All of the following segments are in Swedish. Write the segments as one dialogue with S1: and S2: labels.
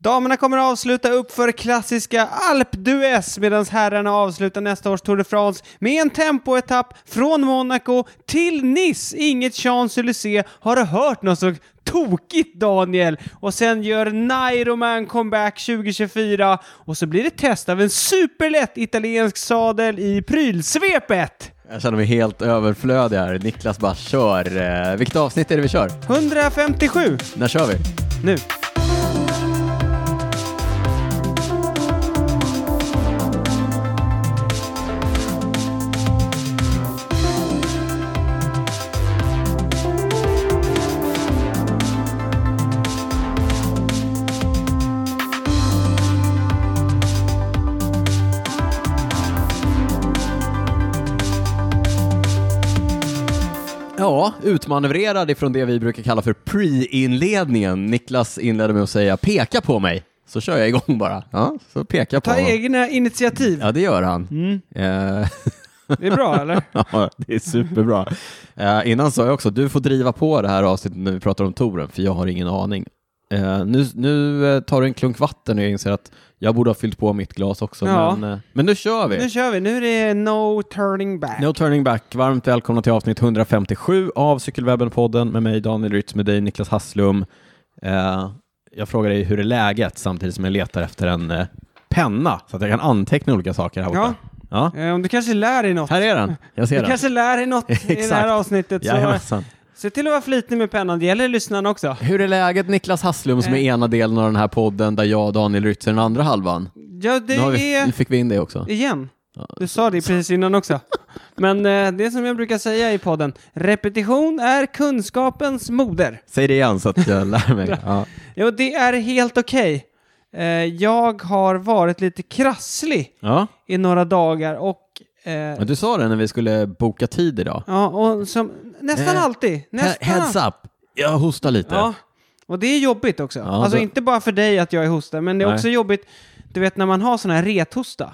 S1: Damerna kommer att avsluta upp för klassiska alpduess medan herrarna avslutar nästa års Tour de France med en tempoetapp från Monaco till Nice. Inget Champs-Élysées. Har du hört något så tokigt Daniel? Och sen gör Nairoman comeback 2024 och så blir det test av en superlätt italiensk sadel i prylsvepet.
S2: Jag känner mig helt överflödig här. Niklas bara kör. Eh, Vilket avsnitt är det vi kör?
S1: 157
S2: När kör vi?
S1: nu.
S2: Ja, utmanövrerad ifrån det vi brukar kalla för pre-inledningen. Niklas inledde med att säga peka på mig, så kör jag igång bara. Ja, så peka på
S1: Ta Mm.
S2: honom.
S1: egna initiativ.
S2: Ja, det gör han. Eh,
S1: Det är bra eller?
S2: ja, det är superbra. Eh, innan sa jag också, du får driva på det här avsnittet när vi pratar om touren, för jag har ingen aning. Eh, nu, nu eh, tar du en klunk vatten och jag inser att jag borde ha fyllt på mitt glas också,
S1: Ja.
S2: men, eh, men nu kör vi.
S1: Nu kör vi, nu är det no turning back.
S2: No turning back. Varmt välkomna till avsnitt 157 av Cykelwebben-podden med mig Daniel Rytz, med dig Niklas Hasslum. Eh, jag frågar dig hur är läget samtidigt som jag letar efter en eh, penna så att jag kan anteckna olika saker här borta. Ja.
S1: Eh, Om du kanske lär dig något.
S2: Här är den. Jag ser
S1: Du
S2: den.
S1: kanske lär dig något i det här
S2: Exakt.
S1: avsnittet. Så
S2: Jajamensan.
S1: se till att vara flitig med pennan, det gäller lyssnarna också.
S2: Hur är läget Niklas Hasslum som är
S1: Eh.
S2: ena delen av den här podden där jag och Daniel Rytz är den andra halvan?
S1: Ja, det
S2: Nu, har vi, nu
S1: är...
S2: fick vi in det också.
S1: Igen. Du sa det precis innan också. Men eh, det är som jag brukar säga i podden, repetition är kunskapens moder.
S2: Säg det igen så att jag lär mig. Ja.
S1: Jo, det är helt okej. Eh, jag har varit lite krasslig
S2: Ja.
S1: i några dagar och... eh,
S2: Men du sa det när vi skulle boka tid idag.
S1: ja, och som nästan
S2: Eh,
S1: alltid. Nästan
S2: Heads up! Jag hostar lite.
S1: Ja, och det är jobbigt också.
S2: Ja,
S1: alltså
S2: det-
S1: inte bara för dig att jag är hosta, men det är
S2: Nej. Mm.
S1: också jobbigt, du vet när man har sån här rethosta,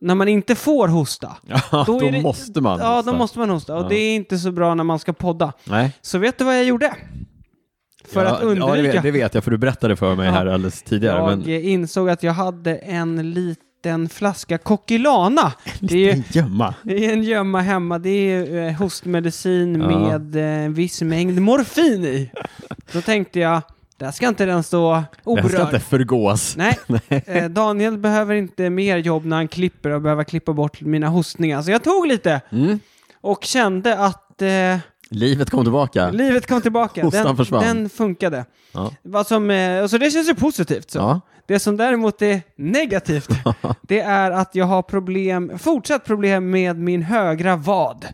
S1: när man inte får hosta.
S2: Ja, då,
S1: är det-
S2: måste man.
S1: Ja,
S2: hosta.
S1: då måste man hosta. Och
S2: Ja.
S1: det är inte så bra när man ska podda.
S2: Nej.
S1: Så vet du vad jag gjorde? För
S2: ja,
S1: att undvika.
S2: Ja, det vet, det vet jag, för du berättade för mig
S1: Ja.
S2: här alldeles tidigare.
S1: jag
S2: men...
S1: eh, insåg att jag hade en liten flaska Coquilana. Det är ju
S2: gömma.
S1: det är en gömma hemma. Det är ju, eh, hostmedicin
S2: Ja.
S1: med eh, en viss mängd morfin i. Då tänkte jag, där ska inte den stå
S2: Den ska inte
S1: oberörd.
S2: förgås.
S1: Nej, eh, Daniel behöver inte mer jobb när han klipper och behöver klippa bort mina hostningar. Så jag tog lite
S2: Mm.
S1: och kände att eh,
S2: Livet kom tillbaka.
S1: livet kom tillbaka.
S2: Hostan
S1: Den,
S2: försvann.
S1: den funkade.
S2: ja.
S1: Vad som, eh, så det känns ju positivt. Så.
S2: Ja.
S1: Det som däremot är negativt, det är att jag har problem, fortsatt problem med min högra vad.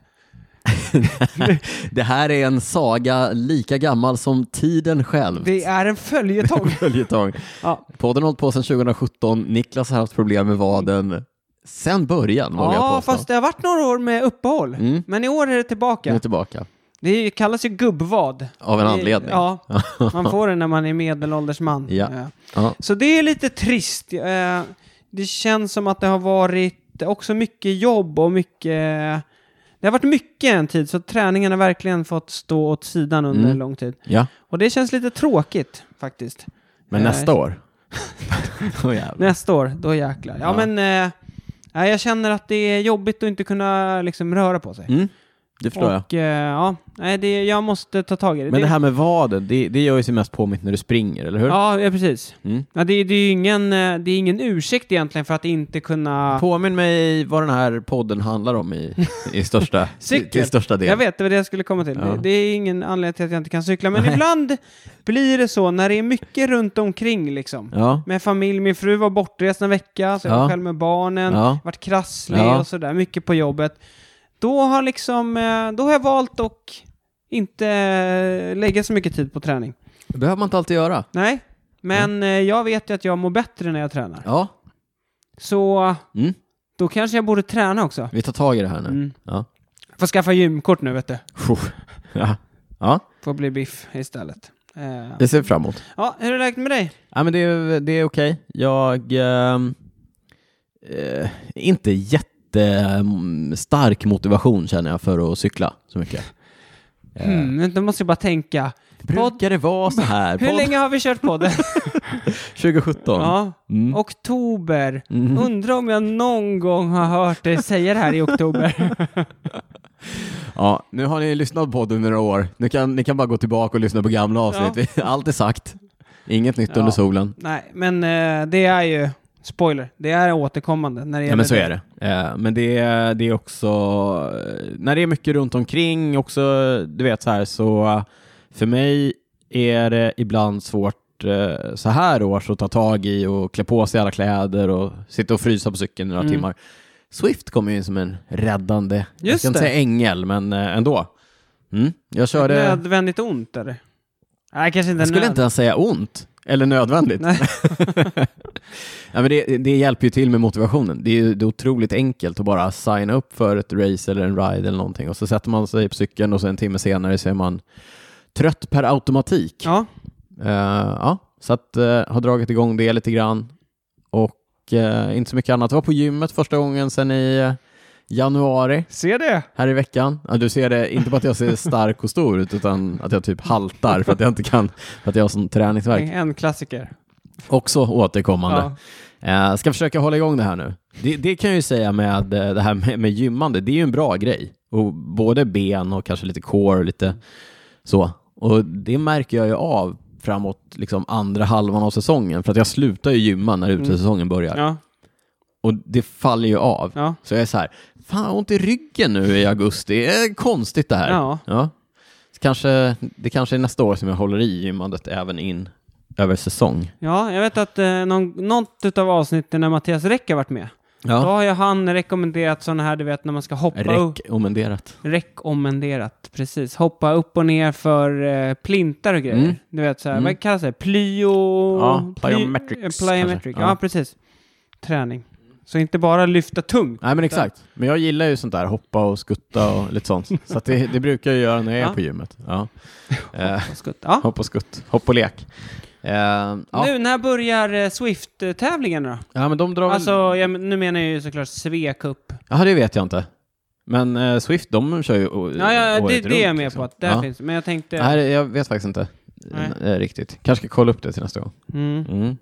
S2: Det här är en saga lika gammal som tiden själv.
S1: Det är en följetong.
S2: Följetong.
S1: ja.
S2: Podden har hållit på sedan 2017. Niklas har haft problem med vaden sen början, vågar jag
S1: ja,
S2: påstå.
S1: fast det har varit några år med uppehåll.
S2: Mm.
S1: Men i år är det
S2: Nu är
S1: tillbaka.
S2: tillbaka.
S1: Det är ju- kallas ju gubbvad.
S2: Av en
S1: Det-
S2: anledning.
S1: Ja, man får det när man är medelålders man.
S2: Ja.
S1: Eh,
S2: Ja.
S1: Så det är lite trist. Eh, Det känns som att det har varit också mycket jobb och mycket... Det har varit mycket en tid, så träningen har verkligen fått stå åt sidan under
S2: Mm.
S1: en lång tid.
S2: ja.
S1: Och det känns lite tråkigt faktiskt.
S2: Men
S1: Eh,
S2: nästa år? Åh, jävlar.
S1: Nästa år, då jäklar. Ja,
S2: Ja.
S1: men eh, nej, jag känner att det är jobbigt att inte kunna liksom, röra på sig.
S2: Mm. Det förstår jag.
S1: Och eh, ja, nej, det, jag måste ta tag i det.
S2: Men det här med vaden, det, det gör ju sig mest påmint när du springer, eller hur?
S1: Ja, ja precis.
S2: Mm.
S1: Ja, det, det är ju ingen, eh, det är ingen ursäkt egentligen för att inte kunna...
S2: Påminn mig vad den här podden handlar om i, i största,
S1: Cykel.
S2: till största del.
S1: Jag vet, det var det jag skulle komma till.
S2: Ja.
S1: Det, det är ingen anledning till att jag inte kan cykla, men ibland blir det så när det är mycket runt omkring liksom.
S2: Ja.
S1: Med familj, min fru var bortrest en vecka, så jag
S2: Ja.
S1: var själv med barnen,
S2: Ja.
S1: varit krasslig
S2: Ja.
S1: och sådär, mycket på jobbet. Då har, liksom, eh, då har jag valt att inte eh, lägga så mycket tid på träning.
S2: Det behöver man inte alltid göra.
S1: Nej, men eh, jag vet ju att jag mår bättre när jag tränar.
S2: Ja.
S1: Så
S2: Mm.
S1: då kanske jag borde träna också.
S2: Vi tar tag i det här nu.
S1: Mm.
S2: Ja.
S1: Får skaffa gymkort nu vet du.
S2: Puh. ja. Ja,
S1: Får bli biff istället. Eh,
S2: det ser vi fram emot.
S1: ja, hur är läget med dig?
S2: Ja, men det, är- det är okej. Jag ehm, eh, inte jättestark motivation känner jag för att cykla så mycket. Eh.
S1: Hmm, då måste jag bara tänka.
S2: Brukar det vara så här?
S1: Hur
S2: Podd-
S1: länge har vi kört podden?
S2: 2017.
S1: Ja.
S2: Mm.
S1: Oktober.
S2: Mm.
S1: Undrar om jag någon gång har hört dig säga det här i oktober.
S2: Ja, nu har ni lyssnat på det under några år. Nu kan, ni kan bara gå tillbaka och lyssna på gamla avsnitt. Allt är sagt. Inget nytt
S1: Ja.
S2: under solen.
S1: Nej, men eh, det är ju, spoiler, det är återkommande när det gäller
S2: Ja, men så är det. Eh, men det, är- det är också, eh, när det är mycket runt omkring också, eh, du vet så här, så eh, för mig är det ibland svårt eh, så här års att ta tag i och klä på sig alla kläder och sitta och frysa på cykeln några
S1: Mm.
S2: timmar. Swift kommer ju in som en räddande, jag
S1: Just
S2: ska inte
S1: det.
S2: säga ängel, men eh, ändå. Mm. Jag körde,
S1: Nödvändigt ont, eller? Nej, kanske inte
S2: jag skulle
S1: nöd-
S2: inte ens säga ont, eller nödvändigt.
S1: Nej.
S2: Ja, men det, det hjälper ju till med motivationen. Det är ju det är otroligt enkelt att bara signa upp för ett race eller en ride eller någonting och så sätter man sig på cykeln och så en timme senare så är man trött per automatik. Ja.
S1: Ja,
S2: ja, så att eh, har dragit igång det lite grann och eh, inte så mycket annat. Jag var på gymmet första gången sedan i eh, januari
S1: se det.
S2: här i veckan. Ja, du ser det inte på att jag ser stark och stor ut utan att jag typ haltar för att jag inte kan, för att jag har sån träningsvärk.
S1: En klassiker.
S2: Också återkommande.
S1: Ja.
S2: Eh, ska försöka hålla igång det här nu. Det, det kan jag ju säga med eh, det här med, med gymmande, det är ju en bra grej. Och både ben och kanske lite core och lite så. Och det märker jag ju av framåt liksom andra halvan av säsongen. För att jag slutar ju gymma när utesäsongen börjar.
S1: Mm. Ja,
S2: Och det faller ju av.
S1: ja.
S2: Så jag är så här, fan jag har ont i ryggen nu i augusti, det är konstigt det här.
S1: Ja.
S2: Så kanske, det kanske är nästa år som jag håller i gymmandet även in över säsong.
S1: ja jag vet att eh, någon, något av avsnitten när Mattias Räck har varit med, då har ju han rekommenderat sådana här, du vet, när man ska hoppa upp.
S2: Rekommenderat.
S1: Rekommenderat, precis. Hoppa upp och ner för eh, plintar och grejer.
S2: Mm.
S1: Du vet såhär,
S2: Mm.
S1: vad kallas det? Plyo...
S2: Ja,
S1: ply-
S2: plyometrics
S1: eh, Plyometric,
S2: kanske.
S1: ja.
S2: Ja.
S1: precis. Träning. Så inte bara lyfta tungt.
S2: Nej men exakt. Men jag gillar ju sånt där, hoppa och skutta och lite sånt. Så att det, det brukar jag göra när jag är
S1: Ja.
S2: på gymmet. Ja. Eh,
S1: Och skutt. Ja.
S2: hopp och skutt, hopp och lek. Eh, ja.
S1: Nu, när börjar eh, Swift-tävlingen då?
S2: ja men de drar väl...
S1: Alltså, jag, men- nu menar jag ju såklart Svea Cup.
S2: Ja det vet jag inte. Men eh, Swift de kör ju å-
S1: Ja, ja det,
S2: året
S1: det är jag
S2: runt,
S1: med
S2: liksom.
S1: på att där
S2: Ja.
S1: finns. Men jag tänkte...
S2: Nej, jag vet faktiskt inte
S1: Nej.
S2: eh, riktigt. Kanske ska kolla upp det till nästa gång.
S1: Mm,
S2: Mm.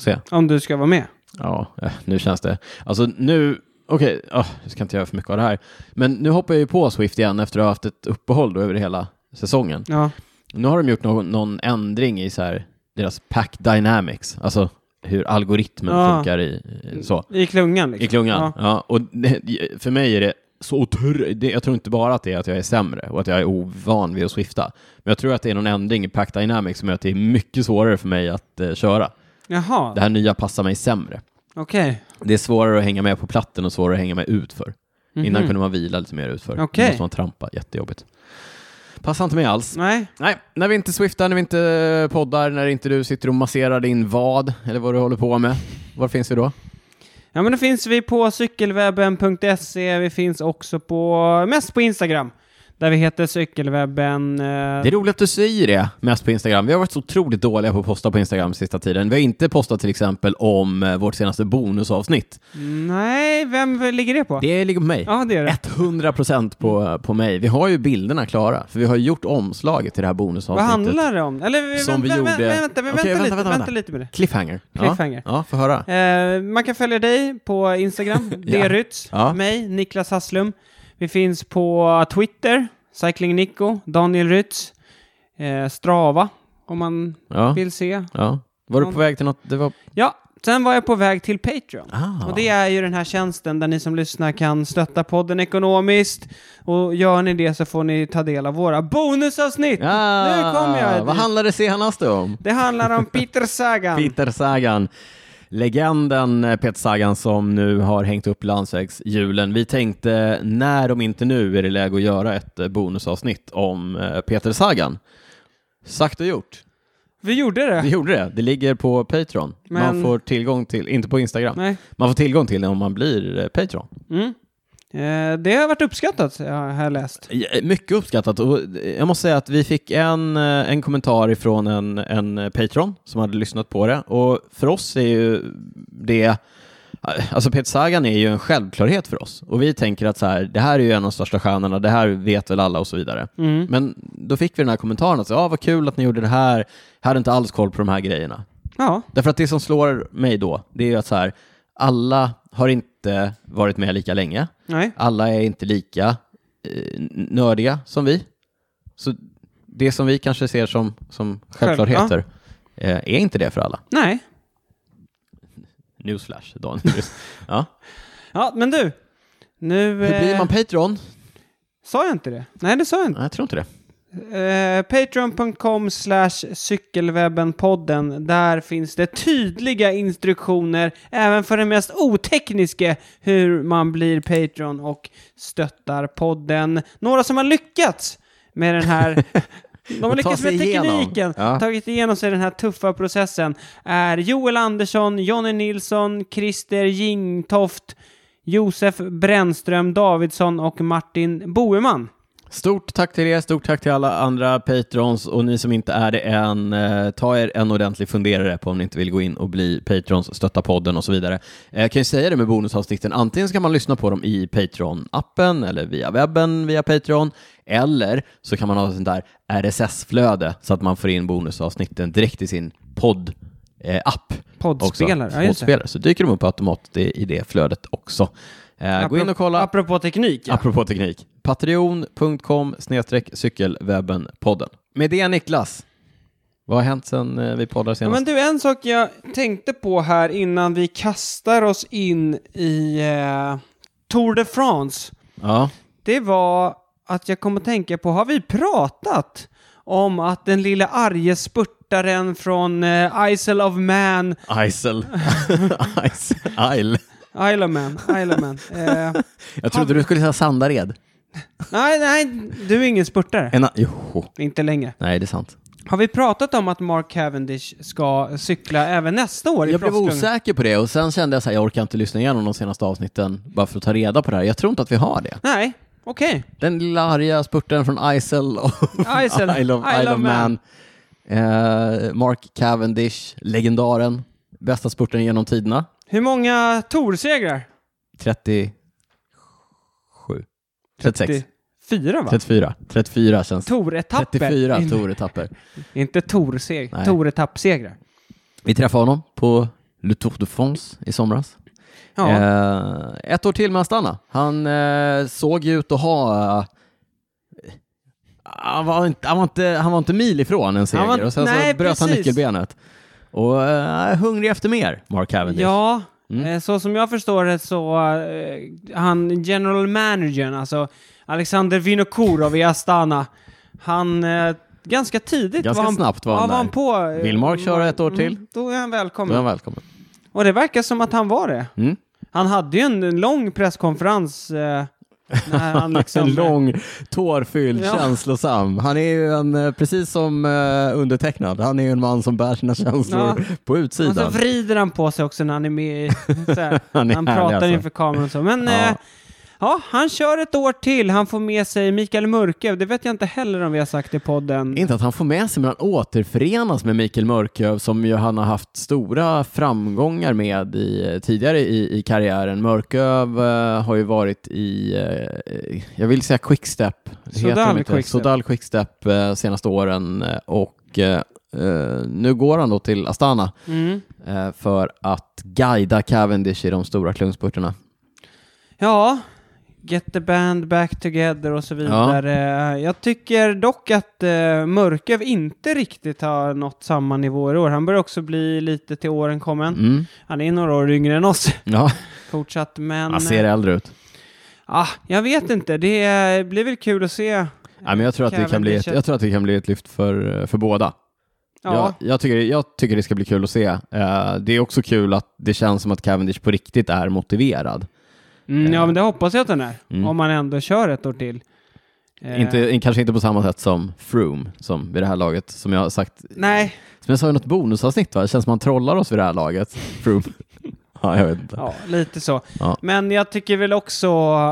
S2: Se.
S1: om du ska vara med.
S2: Ja, eh, nu känns det. Alltså nu, okej, ah, jag ska inte göra för mycket av det här. Men nu hoppar jag ju på Swift igen efter att ha haft ett uppehåll då över hela säsongen.
S1: Ja.
S2: Nu har de gjort någon, någon ändring i så här, deras pack dynamics, alltså hur algoritmen
S1: Ja.
S2: funkar i eh, så.
S1: I klungan liksom.
S2: I klungan.
S1: Ja.
S2: Ja. och det, för mig är det så otroligt, det- jag tror inte bara att det är att jag är sämre och att jag är ovan vid att swifta. Men jag tror att det är någon ändring i Pack Dynamics som gör att det är mycket svårare för mig att eh, köra.
S1: Jaha,
S2: Det här nya passar mig sämre.
S1: okej.
S2: Det är svårare att hänga med på platten och svårare att hänga med utför. Innan
S1: Mhm.
S2: kunde man vila lite mer utför.
S1: Okej.
S2: Nu måste man trampa, jättejobbigt. Passar inte med alls.
S1: Nej,
S2: Nej, när vi inte swiftar, när vi inte poddar, när inte du sitter och masserar din vad eller vad du håller på med. Var finns vi då?
S1: Ja men då finns vi på cykelwebben.se, vi finns också på, mest på Instagram, där vi heter cykelwebben. eh,
S2: Det är roligt att du säger det mest på Instagram. Vi har varit så otroligt dåliga på att posta på Instagram sista tiden. Vi har inte postat till exempel om eh, vårt senaste bonusavsnitt.
S1: Nej, vem ligger det på?
S2: Det ligger på mig.
S1: Ja det gör det.
S2: 100% på, eh, på mig. Vi har ju bilderna klara, för vi har gjort omslaget till det här bonusavsnittet.
S1: Vad handlar det om? Eller
S2: Som vi
S1: vä- vä-
S2: gjorde-
S1: vä- vänta, vänta,
S2: Okej,
S1: vänta, lite,
S2: vänta, vänta,
S1: vänta
S2: vänta.
S1: lite med det.
S2: Cliffhanger.
S1: Cliffhanger.
S2: Ja, ja få höra.
S1: Eh, man kan följa dig på Instagram,
S2: Ja.
S1: Derytz,
S2: Ja.
S1: mig, Niklas Hasslum. Vi finns på Twitter, Cycling Nico, Daniel Rytz, eh, Strava, om man
S2: Ja,
S1: vill se.
S2: ja. Var du på väg till något? Det var...
S1: Ja, sen var jag på väg till Patreon.
S2: Ah.
S1: Och det är ju den här tjänsten där ni som lyssnar kan stötta podden ekonomiskt. Och gör ni det så får ni ta del av våra bonusavsnitt!
S2: Ja,
S1: Nu kom jag!
S2: Ah, Vad handlade senast om?
S1: Det handlar om Peter Sagan.
S2: Peter Sagan. Legenden eh, Peter Sagan som nu har hängt upp landsvägshjulen. Vi tänkte, när om inte nu är det läge att göra ett eh, bonusavsnitt om eh, Peter Sagan. Sagt och gjort.
S1: Vi gjorde det!
S2: Vi gjorde det. Det ligger på Patreon.
S1: Men-
S2: Man får tillgång till, inte på Instagram,
S1: Nej.
S2: man får tillgång till det om man blir eh, Patreon.
S1: Mm. Eh, det har varit uppskattat, jag har läst.
S2: Mycket uppskattat och eh, jag måste säga att vi fick en, eh, en kommentar ifrån en, en eh, Patreon som hade lyssnat på det och för oss är ju det Alltså Peter Sagan är ju en självklarhet för oss och vi tänker att så här, det här är ju en av de största stjärnorna, det här vet väl alla och så vidare.
S1: Mm.
S2: Men då fick vi den här kommentaren att ja, vad kul att ni gjorde det här, jag hade inte alls koll på de här grejerna.
S1: Ja,
S2: Därför att det som slår mig då, det är ju att så här, alla har inte varit med lika länge.
S1: nej.
S2: Alla är inte lika eh, nördiga som vi. Så det som vi kanske ser som, som självklarheter eh, är inte det för alla.
S1: Nej.
S2: Newsflash, Daniel. ja.
S1: Ja, men du. Nu... eh,
S2: Hur blir man Patreon?
S1: Sa jag inte det? Nej, det sa jag inte.
S2: Nej, jag tror inte det.
S1: Eh, Patreon.com slash cykelwebbenpodden. Där finns det tydliga instruktioner även för den mest otekniske hur man blir Patreon och stöttar podden. Några som har lyckats med den här De har
S2: Och ta
S1: lyckats med
S2: sig igenom.
S1: tekniken,
S2: Ja.
S1: tagit igenom sig den här tuffa processen, är Joel Andersson, Jonny Nilsson, Christer Jingtoft, Josef Brännström Davidsson och Martin Boeman.
S2: Stort tack till er, stort tack till alla andra Patrons och ni som inte är det än, eh, ta er en ordentlig funderare på om ni inte vill gå in och bli Patrons, stötta podden och så vidare. Eh, Jag kan ju säga det med bonusavsnitten, antingen så kan man lyssna på dem i Patreon-appen eller via webben via Patreon, eller så kan man ha sånt där RSS-flöde så att man får in bonusavsnitten direkt i sin podd-app.
S1: Poddspelare,
S2: också.
S1: ja, just det.
S2: Poddspelare. Så dyker de upp automatiskt i i det flödet också. Eh, Gå in och kolla.
S1: Apropå teknik, ja.
S2: Apropå teknik. Patreon.com snedstreck cykelwebbenpodden. Med det Niklas, vad har hänt sen eh, vi poddade
S1: Ja,
S2: senast?
S1: men du, en sak jag tänkte på här innan vi kastar oss in i eh, Tour de France,
S2: Ja.
S1: det var att jag kom att tänka på, har vi pratat om att den lilla arge spurtaren från eh, Isle of Man,
S2: Isel. Isel. Isle.
S1: Isle of Man, Isle of Man. Eh,
S2: Jag trodde du skulle säga Sandared.
S1: nej, nej, du är ingen spurtare.
S2: En a- jo.
S1: Inte längre.
S2: Nej, det är sant.
S1: Har vi pratat om att Mark Cavendish ska cykla även nästa år i
S2: Jag blev
S1: proffsklungan?
S2: osäker på det och sen kände jag så här, jag orkar inte lyssna igenom de senaste avsnitten bara för att ta reda på det här. Jag tror inte att vi har det.
S1: Nej, okej.
S2: Den lilla arga spurten från Isel och
S1: Isle.
S2: Isle of, Isle of Man. Eh, Mark Cavendish, legendaren. Bästa spurten genom tiderna.
S1: Hur många torsegrar?
S2: 37. 36.
S1: Fyra va?
S2: 34. 34 känns...
S1: Toretapper.
S2: 34
S1: In-
S2: Tour-etapper.
S1: Inte torseg,
S2: Nej.
S1: toretappsegrar.
S2: Vi träffade honom på Le Tour de France i somras.
S1: Ja.
S2: Eh, ett år till med att stanna. Han eh, såg ju ut att ha... eh, han, var inte, han, var inte, han var inte mil ifrån en seger
S1: var inte-
S2: och sen
S1: nej,
S2: så bröt han
S1: precis.
S2: nyckelbenet. Och eh, hungrig efter mer, Mark Cavendish.
S1: ja.
S2: mm.
S1: eh, Så som jag förstår det så, eh, han general managern, alltså Alexander Vinokurov i Astana, han, eh, ganska tidigt
S2: Ganska
S1: var han,
S2: snabbt var
S1: ja,
S2: han
S1: var
S2: där.
S1: han på. eh,
S2: Vill Mark köra ett år till?
S1: Mm, då är han
S2: Då
S1: välkommen.
S2: är han välkommen.
S1: Och det verkar som att han var det.
S2: Mm.
S1: Han hade ju en, en lång presskonferens eh, när han liksom...
S2: En lång, tårfylld,
S1: Ja.
S2: känslosam. Han är ju en, eh, precis som eh, undertecknad, han är ju en man som bär sina känslor på
S1: Och så
S2: utsidan.
S1: vrider han på sig också när han är med i, så här,
S2: Han är
S1: Han
S2: härlig,
S1: pratar
S2: alltså.
S1: inför kameran och så. Men
S2: Ja.
S1: ja. Eh, ja, han kör ett år till. Han får med sig Mikael Mörkö. Det vet jag inte heller om vi har sagt i podden.
S2: Inte att han får med sig, men han återförenas med Mikael Mörköv som ju han har haft stora framgångar med i, tidigare i, i karriären. Mörköv eh, har ju varit i, eh, jag vill säga Quickstep,
S1: Sodal
S2: de inte?
S1: Quickstep.
S2: Sodal Quickstep eh, senaste åren eh, och eh, eh, nu går han då till Astana
S1: Mm.
S2: eh, för att guida Cavendish i de stora klungspurterna.
S1: Ja, Get the band back together och så vidare. Eh, Jag tycker dock att eh, Mörköv inte riktigt har nått samma nivå i år. Han börjar också bli lite till åren kommen.
S2: Mm.
S1: Han är några år yngre än oss
S2: Ja,
S1: fortsatt, men...
S2: han ser äldre ut.
S1: ah, jag vet inte. Det eh, blir väl kul att se. Ja.
S2: Ja, men jag, tror att det kan bli ett,
S1: Cavendish-
S2: jag tror att det kan bli ett lyft för, för båda. Jag, jag, tycker, jag tycker det ska bli kul att se. Eh, det är också kul att det känns som att Cavendish på riktigt är motiverad.
S1: Mm, ja, men det hoppas jag att den är.
S2: Mm.
S1: Om man ändå kör ett år till. Eh,
S2: Inte, kanske inte på samma sätt som Froome, som vid det här laget, som jag har sagt.
S1: Nej,
S2: Som jag sa i något bonusavsnitt, va? det känns som att man trollar oss vid det här laget. Froome. ja, jag vet inte.
S1: ja, lite så.
S2: Ja.
S1: Men jag tycker väl också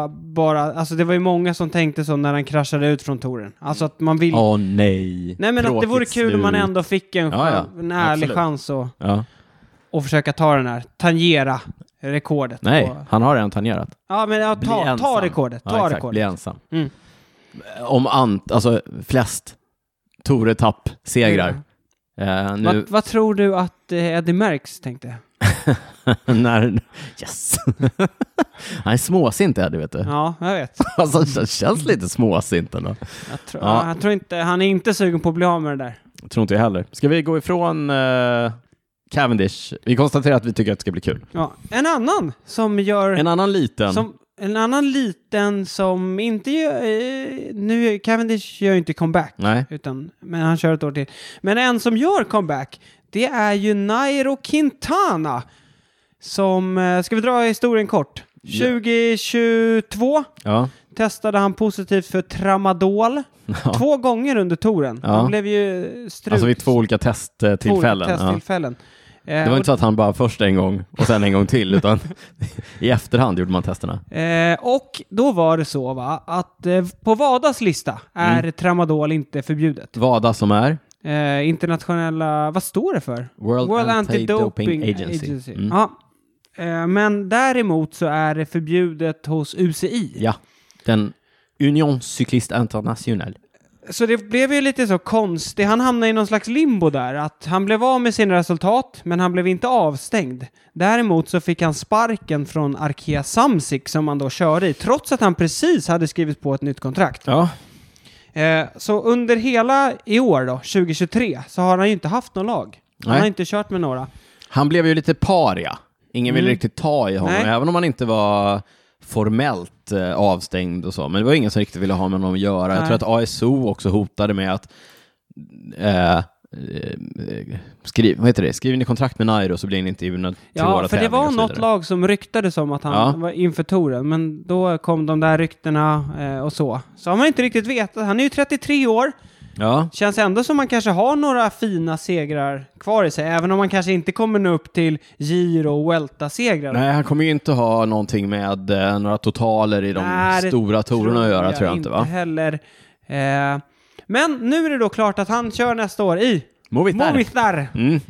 S1: bara, alltså det var ju många som tänkte så när han kraschade ut från touren. Alltså att man vill...
S2: Åh nej.
S1: Nej men att det
S2: Tråkigt
S1: vore kul om man
S2: slut.
S1: ändå fick en,
S2: Ja,
S1: chans,
S2: ja.
S1: en ärlig
S2: Absolut.
S1: chans att,
S2: Ja.
S1: att försöka ta den här, tangera rekordet.
S2: Nej,
S1: på-
S2: han har redan tangerat.
S1: Ja men ja,
S2: Bli
S1: ta, ta
S2: ensam.
S1: rekordet, ta
S2: ja, exakt, bli
S1: rekordet.
S2: ensam.
S1: Mm.
S2: Om ant, alltså flest Tour-etapp-segrar. Eh, nu,
S1: Mm. Vad, vad tror du att eh, Eddie Merckx tänkte?
S2: när, yes! Han är småsint Eddie, vet du.
S1: Ja, jag vet.
S2: Alltså, han känns lite småsint ändå.
S1: Jag tror,
S2: Ja.
S1: jag tror inte, han är inte sugen på att bli av med det där.
S2: Tror inte jag heller. Ska vi gå ifrån eh, Cavendish? Vi konstaterar att vi tycker att det ska bli kul.
S1: Ja. En annan som gör...
S2: En annan liten.
S1: Som, en annan liten som inte gör... Eh, nu, Cavendish gör ju inte comeback.
S2: Nej.
S1: Utan, men han kör ett år till. Men en som gör comeback, det är ju Nairo Quintana. Som, eh, ska vi dra historien kort?
S2: Ja.
S1: 2022
S2: Ja.
S1: testade han positivt för tramadol.
S2: ja.
S1: Två gånger under touren.
S2: Ja.
S1: Han blev ju strut.
S2: Alltså vid två olika testtillfällen.
S1: Två
S2: Ja.
S1: testtillfällen. Eh,
S2: Det var
S1: och-
S2: inte så att han bara först en gång och sen en gång till, utan i efterhand gjorde man testerna.
S1: Eh, och då var det så va, att eh, på Vadas lista är
S2: Mm.
S1: tramadol inte förbjudet.
S2: Vada som är?
S1: Eh, internationella, vad står det för?
S2: World Anti-Doping Agency. Mm.
S1: Ja. Eh, men däremot så är det förbjudet hos UCI.
S2: Ja, den Union Cycliste Internationale.
S1: Så det blev ju lite så konstigt, han hamnade i någon slags limbo där, att han blev av med sina resultat, men han blev inte avstängd. Däremot så fick han sparken från Arkea Samsic som han då körde i, trots att han precis hade skrivit på ett nytt kontrakt.
S2: Ja.
S1: Eh, så under hela i år då, 2023, så har han ju inte haft något lag. Han
S2: Nej.
S1: har inte kört med några.
S2: Han blev ju lite paria. Ingen ville
S1: Mm.
S2: riktigt ta i honom,
S1: Nej.
S2: även om han inte var formellt eh, avstängd och så. Men det var ingen som riktigt ville ha med honom att göra. Jag
S1: Nej.
S2: tror att ASO också hotade med att eh, eh, skriv, vad heter det? skriv in i kontrakt med Nairo så blir ni inte inbjudna till
S1: Ja,
S2: våra
S1: för det
S2: tävlingar
S1: var
S2: och så
S1: något
S2: vidare.
S1: lag som ryktades om att han
S2: Ja.
S1: var inför touren, men då kom de där ryktena eh, och så. Så har man inte riktigt vetat. Han är ju 33 år,
S2: Ja,
S1: känns ändå som man kanske har några fina segrar kvar i sig, även om man kanske inte kommer nå upp till Giro och Welta-segrar.
S2: Nej, han kommer ju inte ha någonting med eh, några totaler i de
S1: Nej, det
S2: stora torerna att göra, tror jag inte va?
S1: heller. Eh, men nu är det då klart att han kör nästa år i
S2: Movit där.
S1: Movistar.
S2: Mm.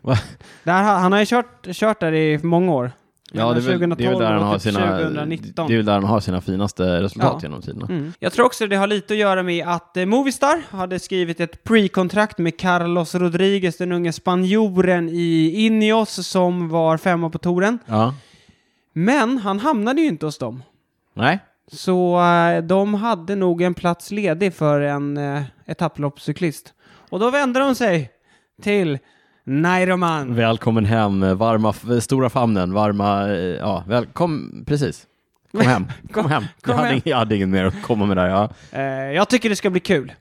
S2: Va?
S1: Där, har- han har ju kört, kört där i många år.
S2: Ja, det är, väl, det är väl där han har
S1: och typ
S2: sina, det
S1: 2019.
S2: är väl där han har sina finaste resultat
S1: Ja.
S2: genom tiderna.
S1: Mm. Jag tror också det har lite att göra med att eh, Movistar hade skrivit ett pre-kontrakt med Carlos Rodriguez, den unge spanjoren i Ineos som var femma på touren.
S2: Ja.
S1: Men han hamnade ju inte hos dem.
S2: Nej.
S1: Så eh, de hade nog en plats ledig för en eh, etapploppscyklist. Och då vände de sig till Nairoman.
S2: Välkommen hem, eh, varma, f- stora famnen, varma, eh, ja, välkom, precis. Kom hem, kom hem.
S1: Kom
S2: jag, hade,
S1: hem.
S2: ing- jag hade inget mer att komma med där. Ja.
S1: Eh, jag tycker det ska bli kul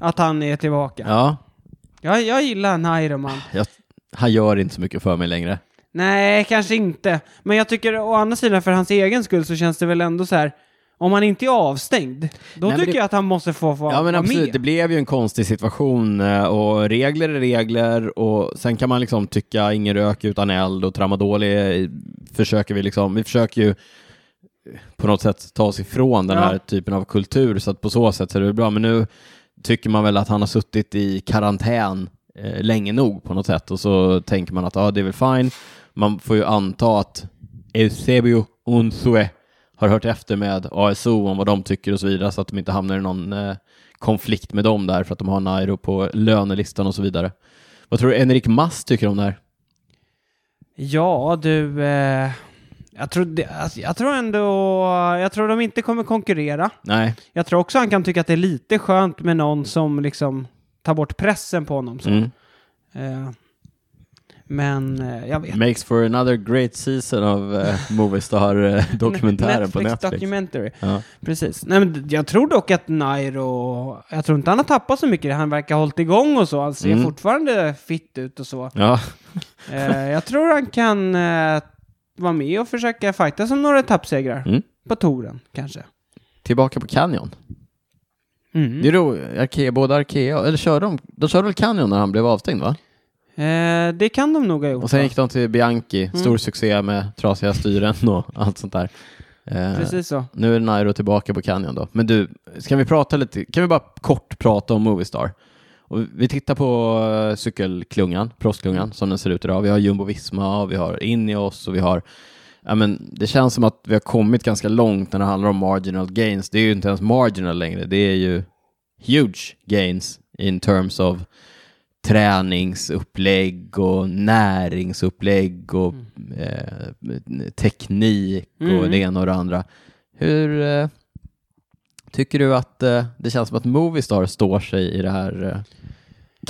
S1: att han är tillbaka.
S2: Ja.
S1: Jag, jag gillar Nairoman.
S2: Jag, han gör inte så mycket för mig längre.
S1: Nej, kanske inte. Men jag tycker å andra sidan för hans egen skull så känns det väl ändå så här. Om han inte är avstängd, då
S2: Nej, men
S1: tycker
S2: det-
S1: jag att han måste få vara,
S2: Ja men
S1: vara
S2: absolut,
S1: med.
S2: det blev ju en konstig situation eh, och regler är regler och sen kan man liksom tycka ingen rök utan eld och tramadol är, försöker vi liksom, vi försöker ju på något sätt ta oss ifrån den
S1: Ja.
S2: här typen av kultur så att på så sätt så är det bra men nu tycker man väl att han har suttit i karantän eh, länge nog på något sätt och så tänker man att ja det är väl fine man får ju anta att Eusebio Unsue har hört efter med ASO om vad de tycker och så vidare så att de inte hamnar i någon eh, konflikt med dem där för att de har Nairo på lönelistan och så vidare. Vad tror du Enrik Mass tycker om det här?
S1: Ja, du... Eh, jag, tror det, alltså, jag tror ändå... Jag tror de inte kommer konkurrera.
S2: Nej.
S1: Jag tror också han kan tycka att det är lite skönt med någon som liksom tar bort pressen på honom. Så.
S2: Mm.
S1: Eh, men eh, jag vet
S2: Makes for another great season of eh, Movistar-dokumentären på Netflix.
S1: Documentary.
S2: Ja.
S1: Precis. Nej, men d- jag tror dock att Nairo, jag tror inte han har tappat så mycket. Han verkar ha hållit igång och så. Han ser
S2: Mm.
S1: fortfarande fitt ut och så.
S2: Ja.
S1: Eh, jag tror han kan eh, vara med och försöka fighta som några etappsegrar.
S2: Mm.
S1: På touren kanske.
S2: Tillbaka på Canyon.
S1: Mm.
S2: Det är roligt, Arkea, både Arkea, eller körde de, de körde väl Canyon när han blev avstängd va?
S1: Eh, det kan de nog ha gjort.
S2: Och sen
S1: va?
S2: gick de till Bianchi, stor succé med trasiga styren och allt sånt där. Eh,
S1: Precis så.
S2: Nu är Nairo tillbaka på Canyon då. Men du, ska vi prata lite, kan vi bara kort prata om Movistar? Och vi tittar på eh, cykelklungan, proffsklungan, som den ser ut idag. Vi har Jumbo Visma och vi har Ineos och vi har Ja, men det känns som att vi har kommit ganska långt när det handlar om marginal gains. Det är ju inte ens marginal längre. Det är ju huge gains in terms of träningsupplägg och näringsupplägg och eh, teknik och
S1: Mm.
S2: det ena och det andra. Hur eh, tycker du att eh, det känns som att Movistar står sig i det här eh,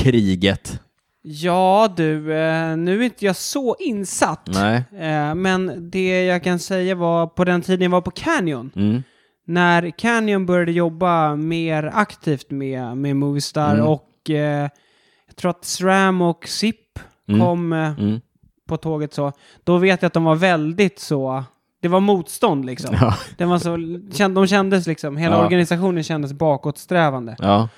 S2: kriget?
S1: Ja du, eh, nu är inte jag så insatt.
S2: Nej.
S1: Eh, Men det jag kan säga var på den tiden jag var på Canyon,
S2: Mm.
S1: när Canyon började jobba mer aktivt med, med Movistar
S2: Mm.
S1: och eh, jag tror att SRAM och SIP
S2: Mm.
S1: kom eh,
S2: Mm.
S1: på tåget så, då vet jag att de var väldigt så, det var motstånd liksom.
S2: Ja.
S1: Det var så, kän- de kändes liksom, hela
S2: Ja.
S1: organisationen kändes bakåtsträvande.
S2: ja.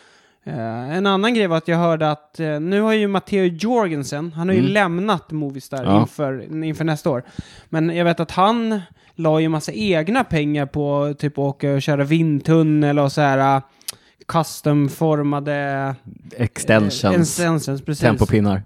S1: Eh, en annan grej var att jag hörde att eh, nu har ju Matteo Jorgensen, han har ju
S2: Mm.
S1: lämnat Movistar
S2: Ja.
S1: inför, inför nästa år. Men jag vet att han la ju massa egna pengar på eh, typ åka och köra vindtunnel och så här eh, customformade eh,
S2: Extensions.
S1: extensions, precis.
S2: Tempopinnar.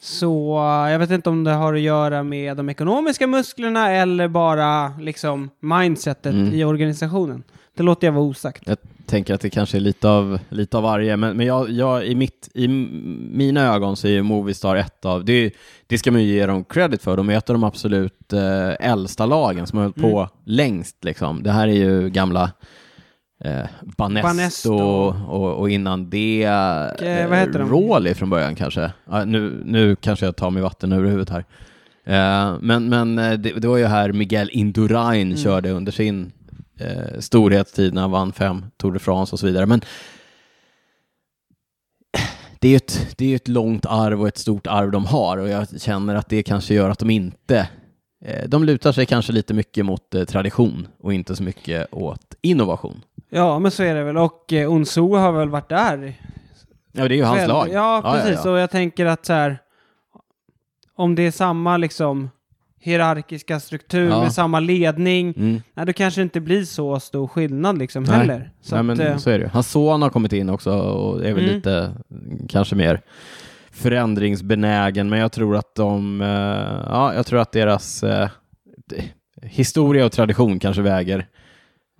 S1: Så eh, jag vet inte om det har att göra med de ekonomiska musklerna eller bara liksom mindsetet
S2: Mm.
S1: i organisationen. Det låter jag vara osagt.
S2: Jag tänker att det kanske är lite av, lite av varje, men, men jag, jag, i, mitt, i m- mina ögon så är ju Movistar ett av, det, är ju- det ska man ju ge dem credit för, de är ett av de absolut eh, äldsta lagen som har hållit på längst. Liksom. Det här är ju gamla eh, Banesto,
S1: Banesto.
S2: Och, och, och innan det
S1: eh, vad heter de?
S2: Råli från början kanske. Ja, nu, nu kanske jag tar mig vatten över huvudet här. Eh, men men eh, det, det var ju här Miguel Indurain
S1: Mm.
S2: körde under sin eh, storhetstid när han vann fem Tour de France och så vidare. Men det är ju ett, det är ju ett långt arv och ett stort arv de har och jag känner att det kanske gör att de inte eh, de lutar sig kanske lite mycket mot eh, tradition och inte så mycket åt innovation.
S1: Ja, men så är det väl. Och eh, Onso har väl varit där
S2: Ja, det är ju hans
S1: Väl-
S2: lag.
S1: Ja, precis. Och jag tänker att så här, om det är samma liksom hierarkiska struktur
S2: Ja.
S1: med samma ledning,
S2: Mm.
S1: nej, då kanske det inte blir så stor skillnad liksom
S2: Nej.
S1: heller. Så
S2: Nej,
S1: att,
S2: men
S1: eh,
S2: så är det ju. Hans son har kommit in också och är väl
S1: Mm.
S2: lite kanske mer förändringsbenägen, men jag tror att de, eh, ja, jag tror att deras eh, d- historia och tradition kanske väger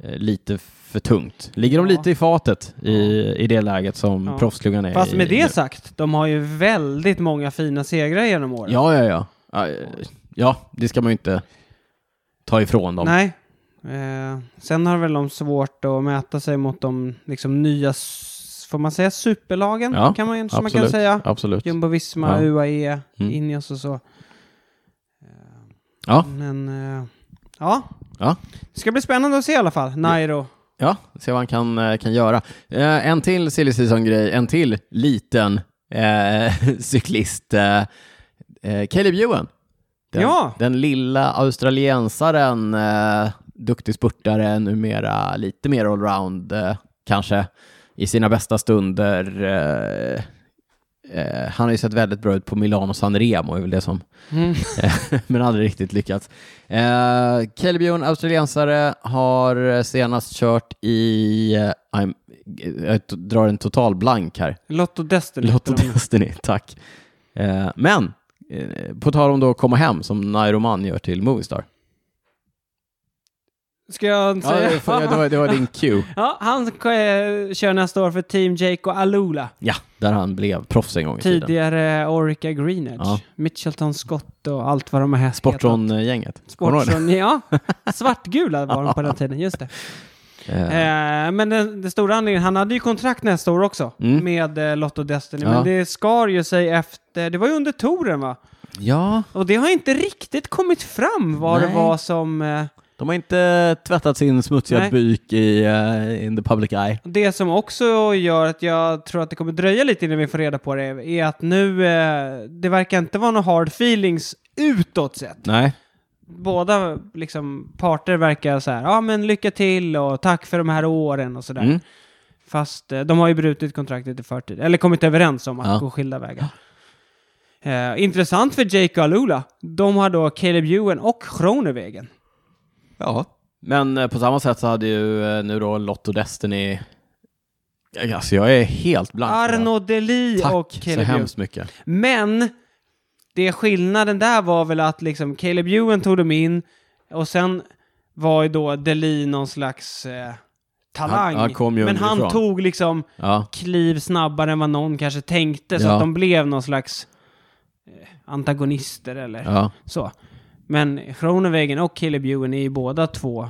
S2: eh, lite för tungt. Ligger de
S1: Ja.
S2: lite i fatet i, i det läget som
S1: Ja.
S2: proffsklubben är
S1: Fast
S2: i
S1: med
S2: nu?
S1: det sagt, de har ju väldigt många fina segrar genom åren.
S2: Ja, ja, ja. Ja, eh, Ja, det ska man ju inte ta ifrån dem.
S1: Nej. Eh, sen har väl de svårt att mäta sig mot de liksom, nya, s- får man säga superlagen?
S2: Ja,
S1: kan man, som man kan
S2: Absolut.
S1: säga.
S2: Absolut.
S1: Jumbo Visma,
S2: Ja.
S1: UAE,
S2: Mm.
S1: Ineos och så. Eh,
S2: Ja.
S1: Men eh, ja.
S2: Ja.
S1: Det ska bli spännande att se i alla fall. Nairo.
S2: Ja, se vad han kan, eh, kan göra. Eh, en till silly season-grej, en till liten eh, cyklist. Eh, eh, Caleb Ewan. Den,
S1: Ja.
S2: den lilla australiensaren, eh, duktig spurtare, numera lite mer allround eh, kanske, i sina bästa stunder. Eh, eh, han har ju sett väldigt bra ut på Milano Sanremo, är väl det som men aldrig riktigt lyckats. Eh, Caleb Ewan, australiensare, har senast kört i... Eh, I'm, eh, jag drar en total blank här.
S1: Lotto Destiny. Mm.
S2: Lotto
S1: heter de.
S2: Destiny, tack. Eh, men, eh, på tal om då att komma hem, som Nairo Man gör till Movistar.
S1: Ska jag
S2: Ja,
S1: säga?
S2: det, var, det, var, det var din cue.
S1: Ja, han eh, kör nästa år för Team Jake och Alula.
S2: Ja, där han blev proffs en gång i tiden.
S1: Tidigare Orica Greenedge.
S2: Ja.
S1: Mitchelton Scott och allt vad de här hetat.
S2: Sportron-gänget. eh, Kommer du ihåg det?
S1: Sportron, ja. Svartgula var de på den tiden, just det.
S2: Eh,
S1: Eh, men den, den stora anledningen, han hade ju kontrakt nästa år också
S2: Mm.
S1: med eh, Lotto Destiny,
S2: Ja.
S1: men det skar ju sig efter, det var ju under touren va?
S2: ja,
S1: Och det har inte riktigt kommit fram vad det
S2: Nej.
S1: var som, eh,
S2: de har inte tvättat sin smutsiga
S1: Nej.
S2: byk i eh, in the public eye.
S1: det som också gör att jag tror att det kommer dröja lite innan vi får reda på det, är att nu, eh, det verkar inte vara några hard feelings utåt sett.
S2: Nej.
S1: Båda liksom, parter verkar så här, ja men lycka till och tack för de här åren och sådär.
S2: Mm.
S1: Fast eh, de har ju brutit kontraktet i förtid, eller kommit överens om att
S2: Ja.
S1: gå skilda vägar. Eh, intressant för Jake och Alula, de har då Caleb Ewan och Gronevägen.
S2: Ja. Men eh, på samma sätt så hade ju eh, nu då Lotto Destiny... Ja, Alltså jag är helt blank. på det här.
S1: Arno Deli
S2: Tack
S1: och
S2: så
S1: Caleb Ewan.
S2: hemskt mycket.
S1: Men det skillnaden där var väl att liksom Caleb Ewan tog dem in och sen var ju då Deli någon slags eh, talang.
S2: Han- han kom ju
S1: men han
S2: underifrån.
S1: tog liksom
S2: Ja.
S1: kliv snabbare än vad någon kanske tänkte, så
S2: Ja.
S1: att de blev någon slags eh, antagonister eller
S2: Ja.
S1: så. Men Schronewegen och Caleb Ewan är ju båda två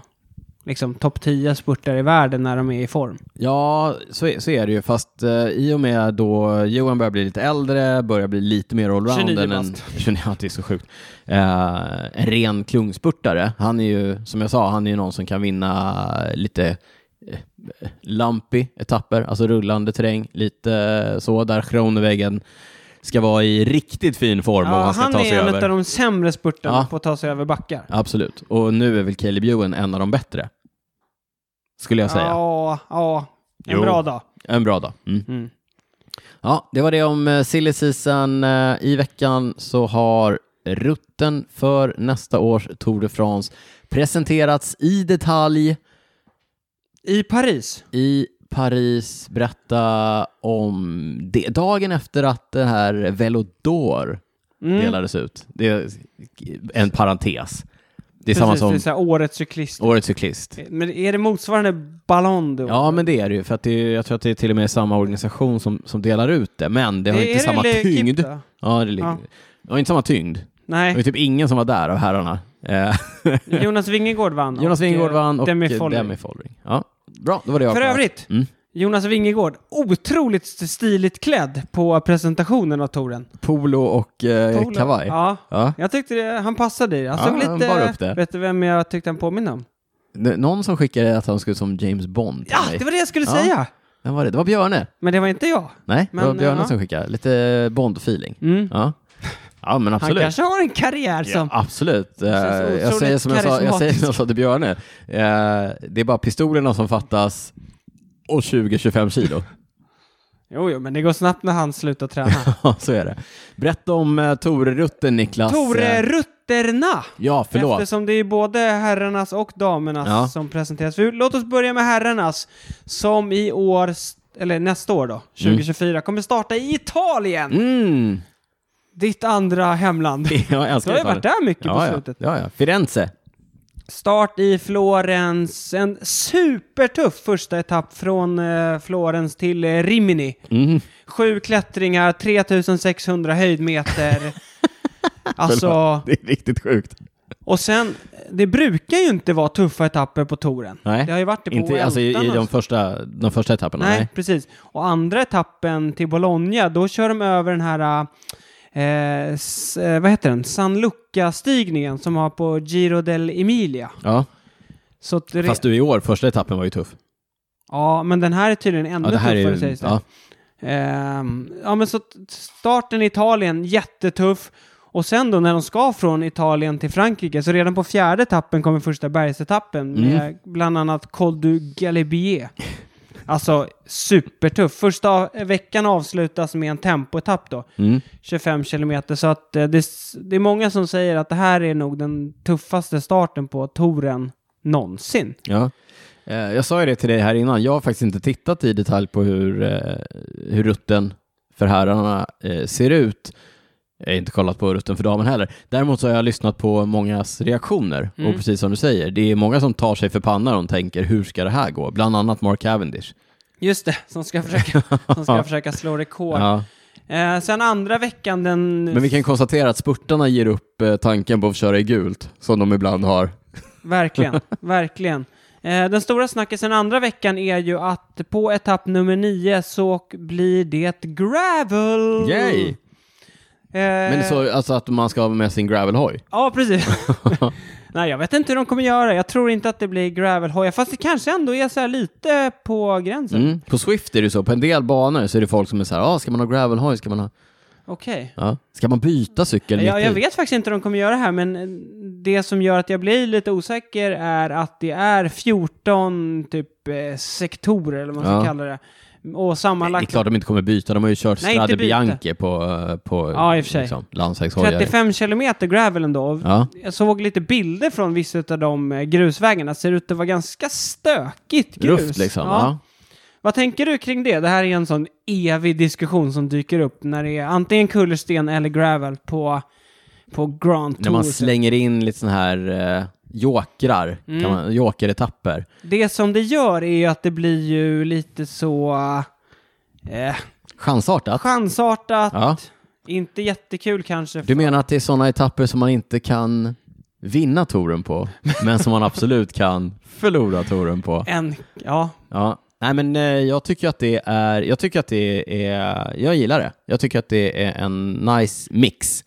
S1: liksom topp 10 spurtare i världen när de är i form.
S2: Ja, så är, så är det ju. Fast eh, i och med då Johan börjar bli lite äldre, börjar bli lite mer
S1: 29
S2: allrounder än en,
S1: bast.
S2: 29, ja, det är så sjukt, eh, en ren klungspurtare. Han är ju, som jag sa, han är ju någon som kan vinna lite eh, lumpy etapper, alltså rullande terräng, lite eh, så, där Schronewegen ska vara i riktigt fin form om han ska
S1: han
S2: ta
S1: är
S2: sig
S1: en
S2: över.
S1: av de sämre spurtarna
S2: Ja.
S1: på att ta sig över backar.
S2: Absolut, och nu är väl Caleb Ewan en av de bättre, skulle jag säga.
S1: Ja, ja. En
S2: Jo.
S1: bra dag.
S2: En bra dag. Mm.
S1: Mm.
S2: Ja, det var det om eh, silly season. Eh, I veckan så har rutten för nästa års Tour de France presenterats i detalj
S1: I Paris.
S2: i Paris. Berätta om det. Dagen efter att det här Velodor
S1: Mm.
S2: delades ut. Det är en parentes. Det är
S1: Precis,
S2: samma som
S1: det är så här, årets cyklist.
S2: Årets cyklist.
S1: Men är det motsvarande Ballon d'Or?
S2: Ja, men det är det ju. För att det är, jag tror att det är till och med samma organisation som, som delar ut det. Men det har
S1: är
S2: inte samma
S1: Le Equipe
S2: tyngd.
S1: då? Ja.
S2: Ja, det, ligger. det har inte samma tyngd. Det var
S1: Nej,
S2: ju typ ingen som var där av herrarna. Eh,
S1: Jonas Vingegård vann.
S2: Jonas
S1: och, eh,
S2: Wingårdh vann och
S1: Demi
S2: Demi
S1: Follering.
S2: Follering. Ja, bra, då var det jag
S1: För
S2: klar.
S1: övrigt,
S2: Mm.
S1: Jonas Vingegård, otroligt stiligt klädd på presentationen av touren.
S2: Polo och eh,
S1: Polo.
S2: kavaj. Ja.
S1: Ja. Jag tyckte det, han passade i. Han
S2: Ja,
S1: såg
S2: han
S1: lite...
S2: bar upp det.
S1: Vet du vem jag tyckte han påminner om?
S2: N- Någon som skickade att han skulle ut som James Bond till
S1: Ja,
S2: mig.
S1: det var det jag skulle
S2: Ja.
S1: säga!
S2: Vem var det? Det var Björne.
S1: Men det var inte jag.
S2: Nej,
S1: Men,
S2: det var Björne
S1: ja.
S2: som skickade. Lite Bond-feeling.
S1: Mm.
S2: Ja. ja, men
S1: Han
S2: absolut.
S1: kanske har en karriär som...
S2: Ja, absolut. Eh,
S1: otroligt
S2: jag, säger som jag, sa, jag säger
S1: karismatisk.
S2: som jag sa till Björne. Eh, det är bara pistolerna som fattas och 20-25 kilo.
S1: Jo, jo, men det går snabbt när han slutar träna.
S2: Ja, så är det. Berätta om uh, Tore-rutten, Niklas.
S1: Tore
S2: Eh,
S1: Rutterna!
S2: Ja, förlåt.
S1: Eftersom det är både herrarnas och damernas
S2: Ja.
S1: som presenteras. Vi- Låt oss börja med herrarnas, som i år, eller nästa år då, 2024, kommer starta i Italien!
S2: Mm.
S1: Ditt andra hemland.
S2: Jag
S1: Du
S2: älskar
S1: har ju
S2: Italien.
S1: varit där mycket
S2: ja,
S1: på
S2: ja.
S1: slutet.
S2: ja, ja. Firenze.
S1: Start i Florens, en supertuff första etapp från eh, Florens till eh, Rimini.
S2: Mm.
S1: Sju klättringar, 3600 höjdmeter. alltså,
S2: Det är riktigt sjukt.
S1: och sen, det brukar ju inte vara tuffa etapper på touren.
S2: Nej.
S1: Det har ju varit det på
S2: Inte, alltså, i,
S1: Vueltan
S2: I
S1: och
S2: de
S1: så.
S2: första, de första etapperna?
S1: nej,
S2: Nej.
S1: precis. Och andra etappen till Bologna, då kör de över den här, eh, s, eh, vad heter den, San Luca-stigningen som har på Giro del Emilia.
S2: Ja.
S1: Så att det,
S2: Fast du, i år, första etappen var ju tuff.
S1: Ja, men den här är tydligen ännu
S2: Ja, det här är
S1: tuffare
S2: ju...
S1: sägs det.
S2: Ja.
S1: Ehm, ja, men så t- starten i Italien, jättetuff. Och sen då när de ska från Italien till Frankrike, så redan på fjärde etappen kommer första bergsetappen
S2: Mm.
S1: med bland annat Col du Galibier. Alltså supertuff. Första av- veckan avslutas med en tempoetapp då,
S2: Mm.
S1: 25 kilometer. Så att eh, det, s- det är många som säger att det här är nog den tuffaste starten på touren någonsin.
S2: Ja. Eh, Jag sa ju det till dig här innan, jag har faktiskt inte tittat i detalj på hur, eh, hur rutten för herrarna eh, ser ut. Jag har inte kollat på rutten för damen heller. Däremot så har jag lyssnat på mångas reaktioner
S1: Mm.
S2: och precis som du säger, det är många som tar sig för pannan och tänker hur ska det här gå? Bland annat Mark Cavendish.
S1: Just det, som ska försöka, som ska försöka slå rekord.
S2: Ja.
S1: Eh, sen andra veckan den...
S2: Men vi kan konstatera att spurtarna ger upp eh, tanken på att köra i gult, som de ibland har.
S1: Verkligen, verkligen. Eh, den stora snackisen andra veckan är ju att på etapp nummer nio så blir det gravel!
S2: Yay! Men
S1: Eh,
S2: så, alltså att man ska ha med sin gravelhoj.
S1: Ja, precis. Nej, jag vet inte hur de kommer göra. Jag tror inte att det blir gravelhojar, fast det kanske ändå är så här lite på gränsen.
S2: Mm. På Swift är det så, på en del banor så är det folk som är så här, ah, ska man ha gravelhoj? Ska man ha...
S1: Okej.
S2: Ja. Ska man byta cykel
S1: Ja,
S2: mitt
S1: jag
S2: i?
S1: vet faktiskt inte hur de kommer göra här, men eh, det som gör att jag blir lite osäker är att det är 14 typ eh, sektorer, eller vad man
S2: Ja.
S1: ska kalla det. Och
S2: Det är
S1: sammanlagt
S2: klart de inte kommer byta, de har ju kört
S1: Nej, inte
S2: Strade
S1: byta.
S2: Bianche på, eh, på liksom,
S1: Ja, i och för sig.
S2: landsvägshojar.
S1: 35 kilometer gravel ändå.
S2: Ja.
S1: Jag såg lite bilder från vissa av de eh, grusvägarna, ser ut att vara ganska stökigt grus.
S2: Ruft liksom.
S1: Ja.
S2: Ja.
S1: Vad tänker du kring det? Det här är en sån evig diskussion som dyker upp när det är antingen kullersten eller gravel på på Grand
S2: När man
S1: Tour.
S2: slänger in lite sådana här eh, jokrar,
S1: Mm.
S2: kan man, jokeretapper.
S1: Det som det gör är ju att det blir ju lite så eh,
S2: Chansartat.
S1: chansartat,
S2: Ja.
S1: inte jättekul kanske.
S2: Du menar att det är sådana etapper som man inte kan vinna touren på, men som man absolut kan förlora touren på?
S1: En, ja,
S2: Ja. Nej, men eh, jag tycker att det är, jag tycker att det är, jag gillar det. Jag tycker att det är en nice mix.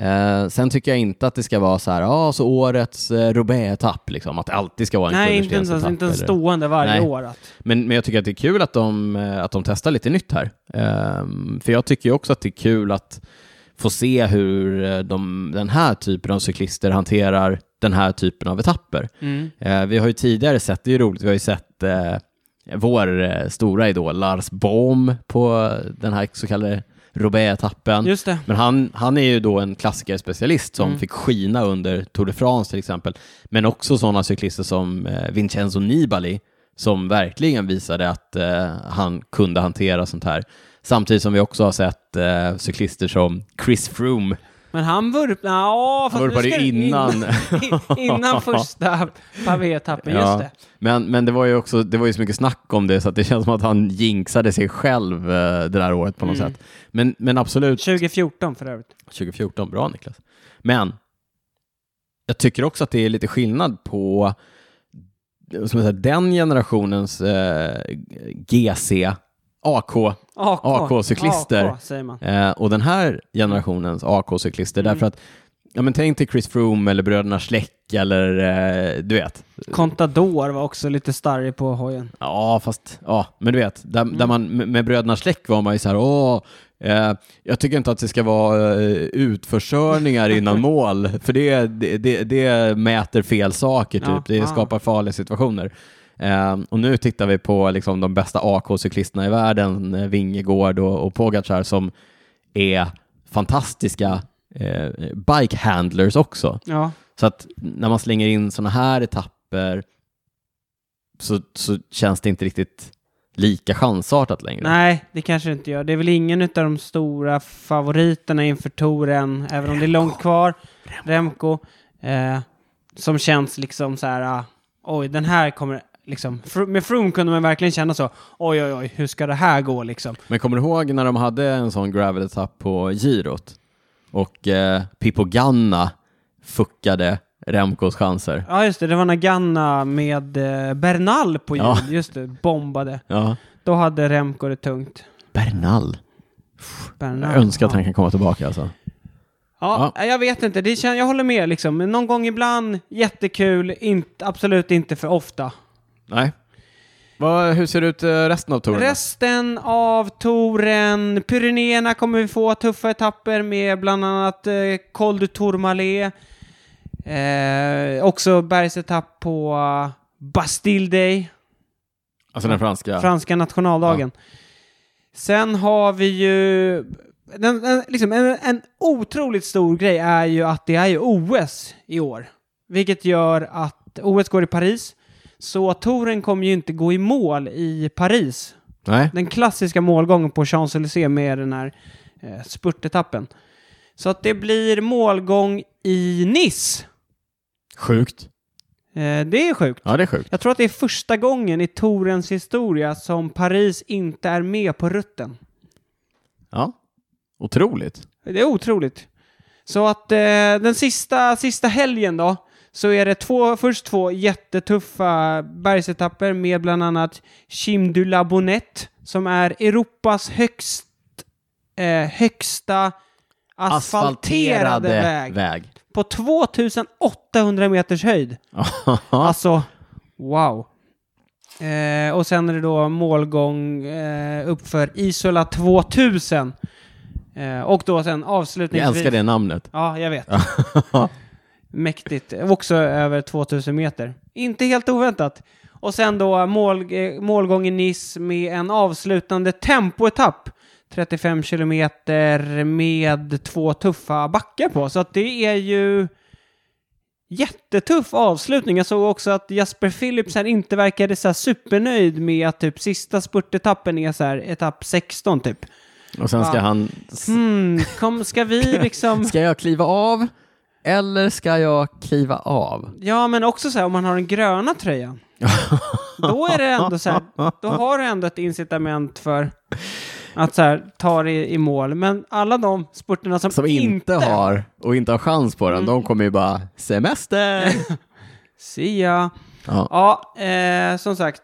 S2: Eh, sen tycker jag inte att det ska vara så här, ah, så årets eh, Roubaix-etapp, liksom, att det alltid ska vara en
S1: nej inte ens, alltså,
S2: kullerstensetapp
S1: inte ens
S2: eller-
S1: stående varje
S2: Nej.
S1: år. Att,
S2: Men, men jag tycker att det är kul att de, eh, att de testar lite nytt här. Ehm, för jag tycker ju också att det är kul att få se hur eh, de, den här typen av cyklister hanterar den här typen av etapper.
S1: mm.
S2: Eh, vi har ju tidigare sett, det är ju roligt, vi har ju sett eh, vår eh, stora idol Lars Bohm på den här så kallade Roubaix-etappen.
S1: Just det.
S2: Men han, han är ju då en klassikerspecialist som
S1: Mm.
S2: fick skina under Tour de France till exempel. Men också sådana cyklister som eh, Vincenzo Nibali som verkligen visade att eh, han kunde hantera sånt här. Samtidigt som vi också har sett eh, cyklister som Chris Froome.
S1: Men han vurpade... Ja, fast
S2: Han vurpade
S1: nu ska-
S2: innan.
S1: innan- Innan första pavé-etappen,
S2: Ja.
S1: just det.
S2: Men, men det var ju också det var ju så mycket snack om det så att det känns som att han jinxade sig själv eh, det där året på något
S1: Mm.
S2: sätt. Men, men absolut,
S1: 2014 Mm. för övrigt.
S2: 2014, bra Niklas. Men jag tycker också att det är lite skillnad på eh, som jag säger, den generationens eh, GC, AK
S1: AK.
S2: AK-cyklister.
S1: AK, säger man.
S2: eh, och den här generationens AK-cyklister.
S1: Mm.
S2: Därför att, ja men tänk dig Chris Froome eller bröderna Schleck eller eh, du vet,
S1: Contador var också lite starrig på hojen.
S2: Ja, fast ja, men du vet, där,
S1: Mm.
S2: där man med med bröderna Schleck var man ju så här, åh, eh, jag tycker inte att det ska vara eh, utförsörjningar innan mål, för det, det, det, det mäter fel saker, typ.
S1: Ja,
S2: det
S1: ja.
S2: skapar farliga situationer. Eh, och nu tittar vi på liksom, de bästa AK-cyklisterna i världen, eh, Vingegård och, och Pogacar, som är fantastiska eh, bike handlers också.
S1: Ja.
S2: Så att när man slänger in sådana här etapper så, så känns det inte riktigt lika chansartat längre.
S1: Nej, det kanske det inte gör. Det är väl ingen av de stora favoriterna inför touren, även om det är långt kvar. Remco. Eh, som känns liksom så här, ah, oj, den här kommer... Liksom, Fro- med Froome kunde man verkligen känna så, oj, oj, oj, hur ska det här gå liksom?
S2: Men kommer du ihåg när de hade en sån gravel-etapp på girot och eh, Pippo Ganna fuckade Remcos chanser?
S1: Ja, just det, det var när Ganna med eh, Bernal på jul,
S2: Ja.
S1: just det, bombade.
S2: Ja.
S1: Då hade Remco det tungt.
S2: Bernal.
S1: Bernal.
S2: Jag önskar att
S1: ja.
S2: han kan komma tillbaka alltså.
S1: Ja, jag vet inte. Det kän- jag håller med liksom. Men Någon gång ibland, jättekul, inte, absolut inte för ofta.
S2: Nej. Vad- hur ser det ut eh, resten av touren? då?
S1: Resten av touren, Pyrenéerna kommer vi få tuffa etapper med bland annat eh, Col du Tourmalet. Eh, också bergsetapp på eh, Bastille Day,
S2: alltså den franska?
S1: franska nationaldagen. Sen har vi ju... Den, den, liksom, en, en otroligt stor grej är ju att det är ju OS i år. Vilket gör att OS går i Paris. Så touren kommer ju inte gå i mål i Paris.
S2: Nej.
S1: Den klassiska målgången på Champs-Élysées med den här eh, spurtetappen. Så att det blir målgång i Nice.
S2: Sjukt.
S1: Eh, det är sjukt.
S2: Ja, det är sjukt.
S1: Jag tror att det är första gången i Torens historia som Paris inte är med på rutten.
S2: Ja. Otroligt.
S1: Det är otroligt. Så att eh, den sista, sista helgen då, så är det två, först två jättetuffa bergsetapper med bland annat Chim du la Bonnette, som är Europas högst, eh, högsta asfalterade, väg,
S2: väg.
S1: på 2800 meters höjd. Alltså, wow. Eh, och sen är det då målgång eh, uppför Isola 2000. Eh, och då sen
S2: Jag
S1: avslutningsvis...
S2: älskar det namnet.
S1: Ja, jag vet. Mäktigt. Också över 2000 meter. Inte helt oväntat. Och sen då mål, eh, målgång i Nice med en avslutande tempoetapp. 35 kilometer med två tuffa backar på. Så att det är ju jättetuff avslutning. Jag såg också att Jasper Philipsen inte verkade så här supernöjd med att typ sista spurtetappen är så här etapp 16 typ.
S2: Och sen ska
S1: Ja.
S2: han...
S1: Hmm, kom, ska vi liksom...
S2: Ska jag kliva av? eller ska jag kliva av?
S1: Ja, men också så här om man har den gröna tröjan. då är det ändå så här, då har du ändå ett incitament för att så här, ta dig i mål. Men alla de sporterna som,
S2: Som inte, Mm. har och inte har chans på den, de kommer ju bara semester.
S1: Sia.
S2: ja.
S1: Ja, eh, som sagt.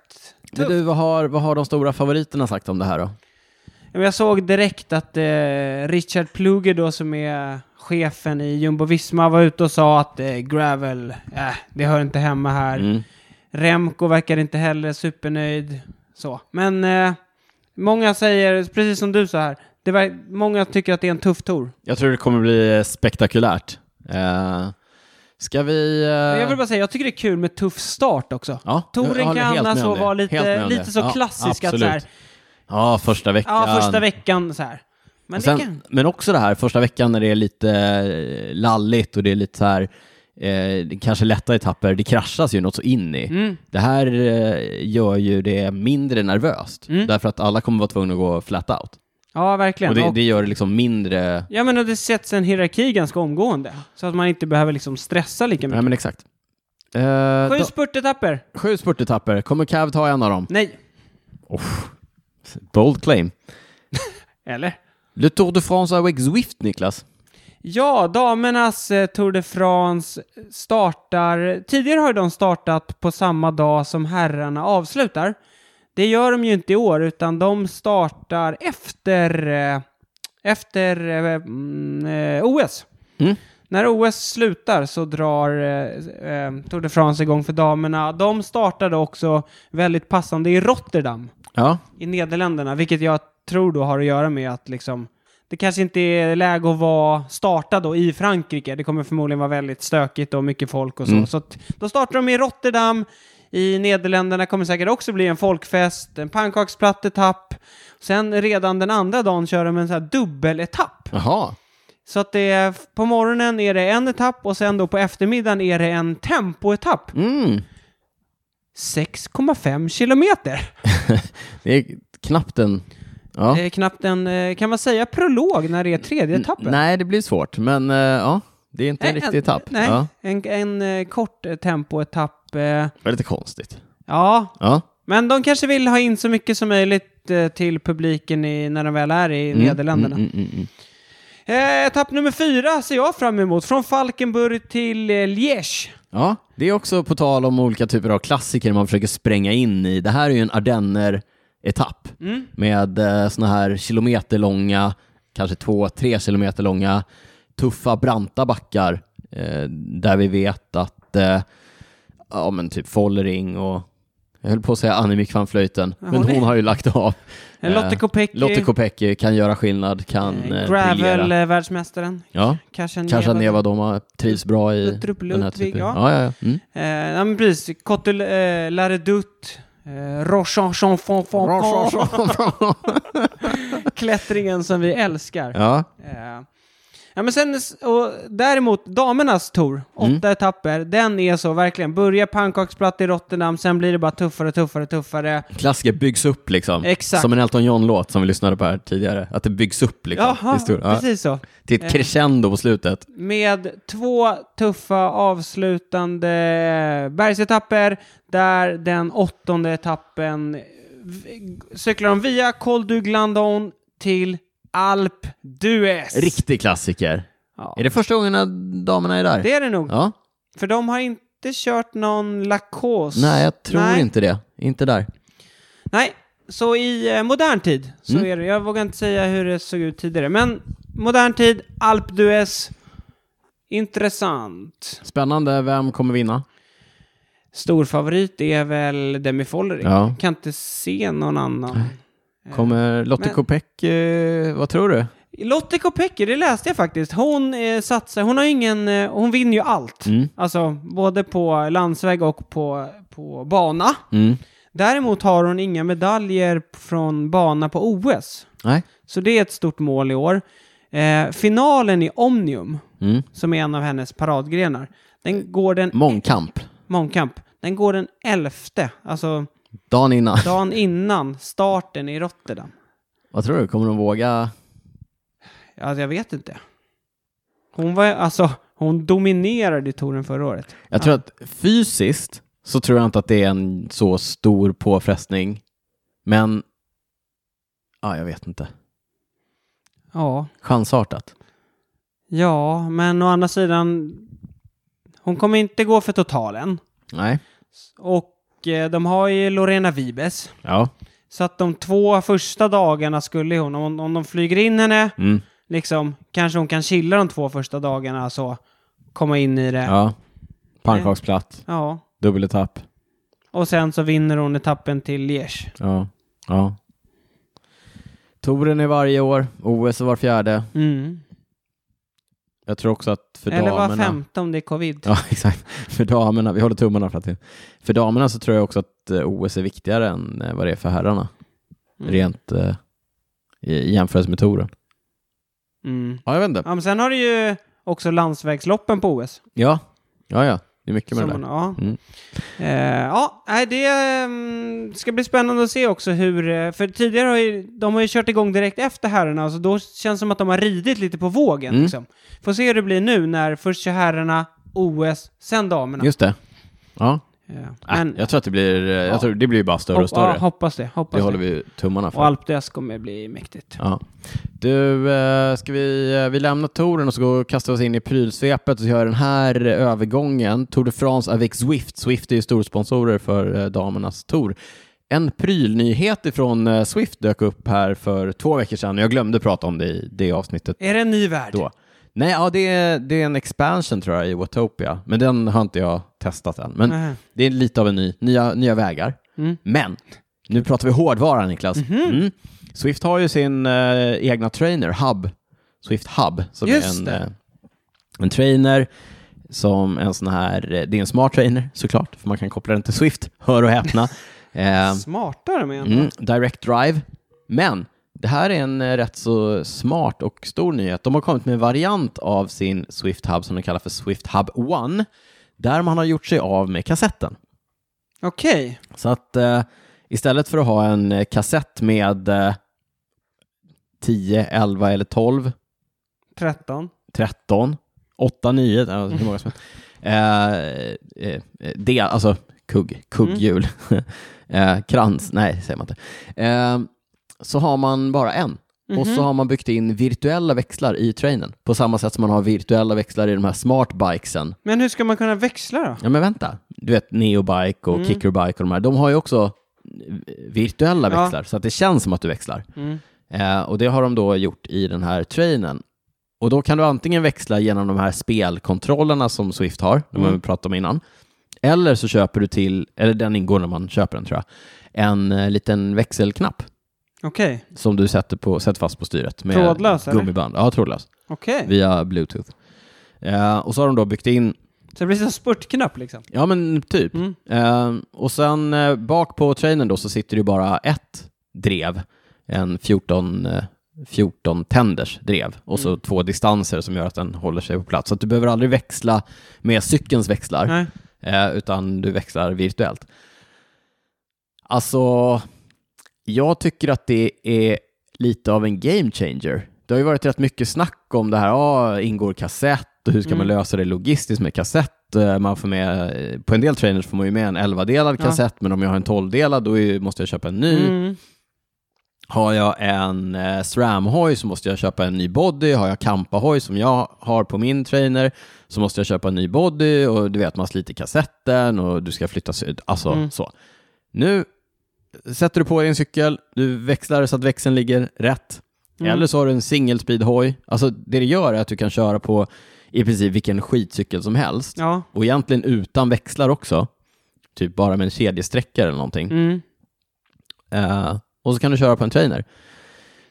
S2: Men du, vad har, vad har de stora favoriterna sagt om det här då?
S1: Men Jag såg direkt att eh, Richard Pluger då som är chefen i Jumbo-Visma var ute och sa att eh, Gravel, eh, det hör inte hemma här.
S2: Mm.
S1: Remco verkar inte heller supernöjd. Så. Men eh, många säger, precis som du så här, det var, många tycker att det är en tuff tour.
S2: Jag tror det kommer bli eh, spektakulärt. Eh, ska vi... eh,
S1: Men jag vill bara säga, jag tycker det är kul med tuff start också.
S2: Ja, jag
S1: Touren
S2: håller helt
S1: kan
S2: med
S1: annars så
S2: om det.
S1: vara
S2: Helt med
S1: lite,
S2: om
S1: lite
S2: det.
S1: så
S2: Ja,
S1: klassisk att så
S2: absolut.
S1: här,
S2: Ja, första veckan.
S1: ja första veckan så här. Men
S2: Och sen,
S1: det kan...
S2: men också det här första veckan när det är lite eh, lalligt och det är lite så här, eh, det kanske lätta etapper, det kraschas ju något så in i.
S1: Mm.
S2: Det här eh, gör ju det mindre nervöst,
S1: Mm.
S2: därför att alla kommer vara tvungna att gå flat out.
S1: Ja, verkligen.
S2: Och det,
S1: Och-
S2: det gör det liksom mindre...
S1: Ja men och det sätts en hierarki ganska omgående. Så att man inte behöver liksom stressa lika
S2: Nej,
S1: mycket.
S2: men exakt. Eh,
S1: Sju
S2: då,
S1: spurtetapper?
S2: sju spurtetapper, kommer Cav ta en av dem?
S1: Nej.
S2: Bold claim.
S1: Eller?
S2: Le Tour de France avec Zwift, Niklas.
S1: Ja, damernas eh, Tour de France eh, startar... Tidigare har ju de startat på samma dag som herrarna avslutar. Det gör de ju inte i år, utan de startar efter, eh, efter eh, mm, eh, OS.
S2: Mm.
S1: När OS slutar så drar eh, eh, Tour de France igång för damerna. De startade också väldigt passande i Rotterdam.
S2: Ja,
S1: i Nederländerna, vilket jag tror då har att göra med att liksom det kanske inte är läge att vara starta då i Frankrike. Det kommer förmodligen vara väldigt stökigt och mycket folk och så.
S2: Mm.
S1: Så att, då startar de i Rotterdam. I Nederländerna kommer säkert också bli en folkfest, en pannkaksplattetapp. Sen redan den andra dagen kör de en sån här dubbeletapp.
S2: jaha.
S1: Så att det är, på morgonen är det en etapp och sen då på eftermiddagen är det en tempoetapp.
S2: Mm.
S1: 6,5 kilometer.
S2: Det är knappt en... Ja.
S1: Det är knappt en, eh, kan man säga prolog när det är tredje etappen?
S2: Nej, det blir svårt, men eh, ja, det är inte en
S1: Nej,
S2: riktig etapp.
S1: Nej,
S2: Ja,
S1: en, en eh, kort eh, tempoetapp. eh,
S2: det var lite konstigt.
S1: Ja,
S2: Ja,
S1: men de kanske vill ha in så mycket som möjligt eh, till publiken i, när de väl är i Nederländerna.
S2: Mm, mm, mm, mm.
S1: Eh, etapp nummer fyra ser jag fram emot, från Falkenburg till eh, Liège.
S2: Ja, det är också på tal om olika typer av klassiker man försöker spränga in i. Det här är ju en Ardenner-etapp
S1: Mm.
S2: med eh, såna här kilometerlånga, kanske två, tre kilometer långa, tuffa, branta backar eh, där vi vet att, eh, ja men typ Follering och jag höll på att säga Annemiek van Vleuten,
S1: Ja,
S2: men
S1: hon är-
S2: hon har ju lagt av.
S1: Eh, Lotte
S2: Eh,
S1: Kopecky,
S2: Lotte Kopecky kan göra skillnad, kan
S1: eh, Mm.
S2: eh, briljera.
S1: Gravel-världsmästaren.
S2: Ja. Kanske Neva Doma trivs bra i
S1: Luttrup
S2: den här
S1: Ludwig,
S2: typen.
S1: ja.
S2: Ja, ja, ja. Mm.
S1: Eh, ja, men precis. Cottel, eh, Laredut, eh, Rochanchon, klättringen som vi älskar.
S2: ja.
S1: Eh, Ja, men sen, och däremot, damernas tour, åtta
S2: Mm.
S1: etapper, den är så verkligen. Börja pannkaksplatt i Rotterdam, sen blir det bara tuffare, tuffare, tuffare.
S2: Klassiker byggs upp liksom.
S1: Exakt.
S2: Som en Elton John-låt som vi lyssnade på här tidigare. Att det byggs upp liksom.
S1: Jaha,
S2: Historia. ja.
S1: precis Eh. så.
S2: Till ett crescendo på slutet.
S1: Med två tuffa avslutande eh, bergsetapper, där den åttonde etappen eh, v- cyklar de via Col du Glandon till Alpe d'Huez.
S2: Riktig klassiker.
S1: Ja.
S2: Är det första gången när damerna är där?
S1: Det är det nog.
S2: Ja.
S1: För de har inte kört någon Lacoste.
S2: Nej, jag tror
S1: Nej.
S2: inte det. Inte där.
S1: Nej, så i eh, modern tid så
S2: Mm.
S1: är det, jag vågar inte säga hur det såg ut tidigare, men modern tid, Alp d'Huez, intressant.
S2: Spännande. Vem kommer vinna?
S1: Storfavorit är väl Demi Follering.
S2: Ja.
S1: Kan inte se någon annan.
S2: Kommer Lotte
S1: Eh, Men-
S2: Kopecky... Vad tror du?
S1: Lotte Kopecky, det läste jag faktiskt. Hon eh, satsar, hon har ingen, eh, hon vinner ju allt.
S2: Mm.
S1: Alltså både på landsväg och på, på bana.
S2: Mm.
S1: Däremot har hon inga medaljer från bana på OS.
S2: Nej.
S1: Så det är ett stort mål i år. Eh, finalen i Omnium,
S2: Mm.
S1: som är en av hennes paradgrenar, den går den,
S2: Mångkamp.
S1: mångkamp, den går den 11, alltså
S2: Dagen innan.
S1: dagen innan starten i Rotterdam.
S2: Vad tror du? Kommer de våga?
S1: Alltså jag vet inte. Hon var, alltså, Hon dominerade i touren förra året.
S2: Jag tror att fysiskt så tror jag inte att det är en så stor påfrestning. Men, ja, jag vet inte.
S1: Ja,
S2: Chansartat.
S1: ja, men å andra sidan. Hon kommer inte gå för totalen.
S2: Nej.
S1: Och eh, de har ju Lorena Vibes.
S2: Ja.
S1: Så att de två första dagarna skulle hon, om, om de flyger in henne,
S2: Mm.
S1: liksom, kanske hon kan chilla de två första dagarna så komma in i det. Ja.
S2: Ja. Pannkaksplatt, dubbeletapp.
S1: Och sen så vinner hon etappen till Liège.
S2: Ja. Ja. Toren är varje år, OS är var fjärde.
S1: Mm.
S2: Jag tror också att för
S1: Eller var
S2: damerna...
S1: femte om det är covid.
S2: Ja, exakt. För damerna, vi håller tummarna för att det... För damerna så tror jag också att eh, OS är viktigare än eh, vad det är för herrarna.
S1: Mm.
S2: Rent eh, i i jämförelse med touren.
S1: Mm.
S2: Ja, jag vet inte.
S1: Ja, men sen har du ju också landsvägsloppen på OS.
S2: Ja, ja, ja. Det är mycket med
S1: Som
S2: det
S1: hon, ja.
S2: där. Mm.
S1: Eh, ja, nej, det mm, ska bli spännande att se också hur... eh, För tidigare har ju, de har ju kört igång direkt efter herrarna, så då känns det som att de har ridit lite på vågen.
S2: Mm.
S1: Liksom. Får se hur det blir nu när först kör herrarna, OS, sen damerna.
S2: Just det. Ja.
S1: Eh,
S2: Äh,
S1: men
S2: jag tror att det blir, eh, jag
S1: Ja.
S2: tror det blir bara större och
S1: hopp, ja,
S2: större.
S1: hoppas det. Hoppas
S2: det håller
S1: det.
S2: vi tummarna
S1: Och
S2: för.
S1: Alp d'Huez kommer bli mäktigt.
S2: Ja. Du, eh, ska vi, eh, vi lämnar touren och så går och kastar oss in i prylsvepet och så gör den här eh, övergången. Tour de France avec Swift. Swift är ju storsponsorer för eh, damernas tour. En prylnyhet ifrån eh, Swift dök upp här för två veckor sedan och jag glömde prata om det i det avsnittet
S1: Är det en ny värld?
S2: då. Nej, ja, det, är, det är en expansion tror jag i Watopia, men den har inte jag testat än. Men
S1: Nähä.
S2: det är lite av en ny, nya, nya vägar.
S1: Mm. Mhm.
S2: Men nu pratar vi hårdvara, Niklas. Mm. Swift har ju sin eh, egna trainer, Hub. Swift Hub, som
S1: Just
S2: är en,
S1: det.
S2: eh, en trainer som en sån här, eh, det är en smart trainer såklart, för man kan koppla den till Swift, hör och häpna. Eh,
S1: Smartare med en.
S2: Mm, direct drive. Men det här är en eh, rätt så smart och stor nyhet. De har kommit med en variant av sin Swift Hub som de kallar för Swift Hub One, där man har gjort sig av med kassetten.
S1: Okej.
S2: Så att eh, istället för att ha en eh, kassett med eh, 10, 11 eller 12,
S1: 13.
S2: 13, 8, 9, eh, hur många som helst. Eh, eh, eh, det, alltså kugg, kugghjul. eh, krans, nej säger man inte. Eh, så har man bara en. Och
S1: Mm-hmm. Mhm.
S2: så har man byggt in virtuella växlar i trainen. På samma sätt som man har virtuella växlar i de här smartbikesen.
S1: Men hur ska man kunna växla då?
S2: Ja men vänta, du vet Neobike och
S1: Mm.
S2: Kickerbike och de här, de har ju också virtuella
S1: Ja.
S2: växlar så att det känns som att du växlar.
S1: Mm.
S2: Eh, och det har de då gjort i den här trainen. Och då kan du antingen växla genom de här spelkontrollerna som Swift har, de
S1: Mm.
S2: har vi pratat om innan, eller så köper du till, eller den ingår när man köper den tror jag, en eh, liten växelknapp
S1: Okej.
S2: som du sätter, på, sätter fast på styret med
S1: Trådlös, eller?
S2: gummiband. Ja, trådlös.
S1: Okej.
S2: Via bluetooth. Eh, och så har de då byggt in
S1: Så det blir som en spurtknapp liksom.
S2: Ja, men typ.
S1: Mm.
S2: Ehm, och sen eh, bak på trainern då så sitter det ju bara ett drev, en 14, eh, 14 tänders drev och så två distanser som gör att den håller sig på plats. Så att du behöver aldrig växla med cykelns växlar,
S1: Nej.
S2: eh, utan du växlar virtuellt. Alltså, jag tycker att det är lite av en game changer. Det har ju varit rätt mycket snack om det här, ah, ingår kassett och hur ska man
S1: Mm.
S2: lösa det logistiskt med kassett? Eh, Man får med, eh, på en del trainers får man ju med en 11-delad
S1: Ja.
S2: kassett, men om jag har en 12-delad då är- måste jag köpa en ny.
S1: Mm.
S2: Har jag en eh, SRAM-hoj så måste jag köpa en ny body. Har jag Kampa-hoj som jag har på min trainer så måste jag köpa en ny body och du vet, man sliter kassetten och du ska flytta syd. Alltså
S1: Mm.
S2: så. Nu sätter du på din cykel, du växlar så att växeln ligger rätt.
S1: Mm.
S2: Eller så har du en singelspeed-hoj. Alltså det det gör är att du kan köra på i princip vilken skitcykel som helst.
S1: Ja.
S2: Och egentligen utan växlar också. Typ bara med en kedjesträckare eller någonting.
S1: Mm.
S2: Eh, och så kan du köra på en trainer.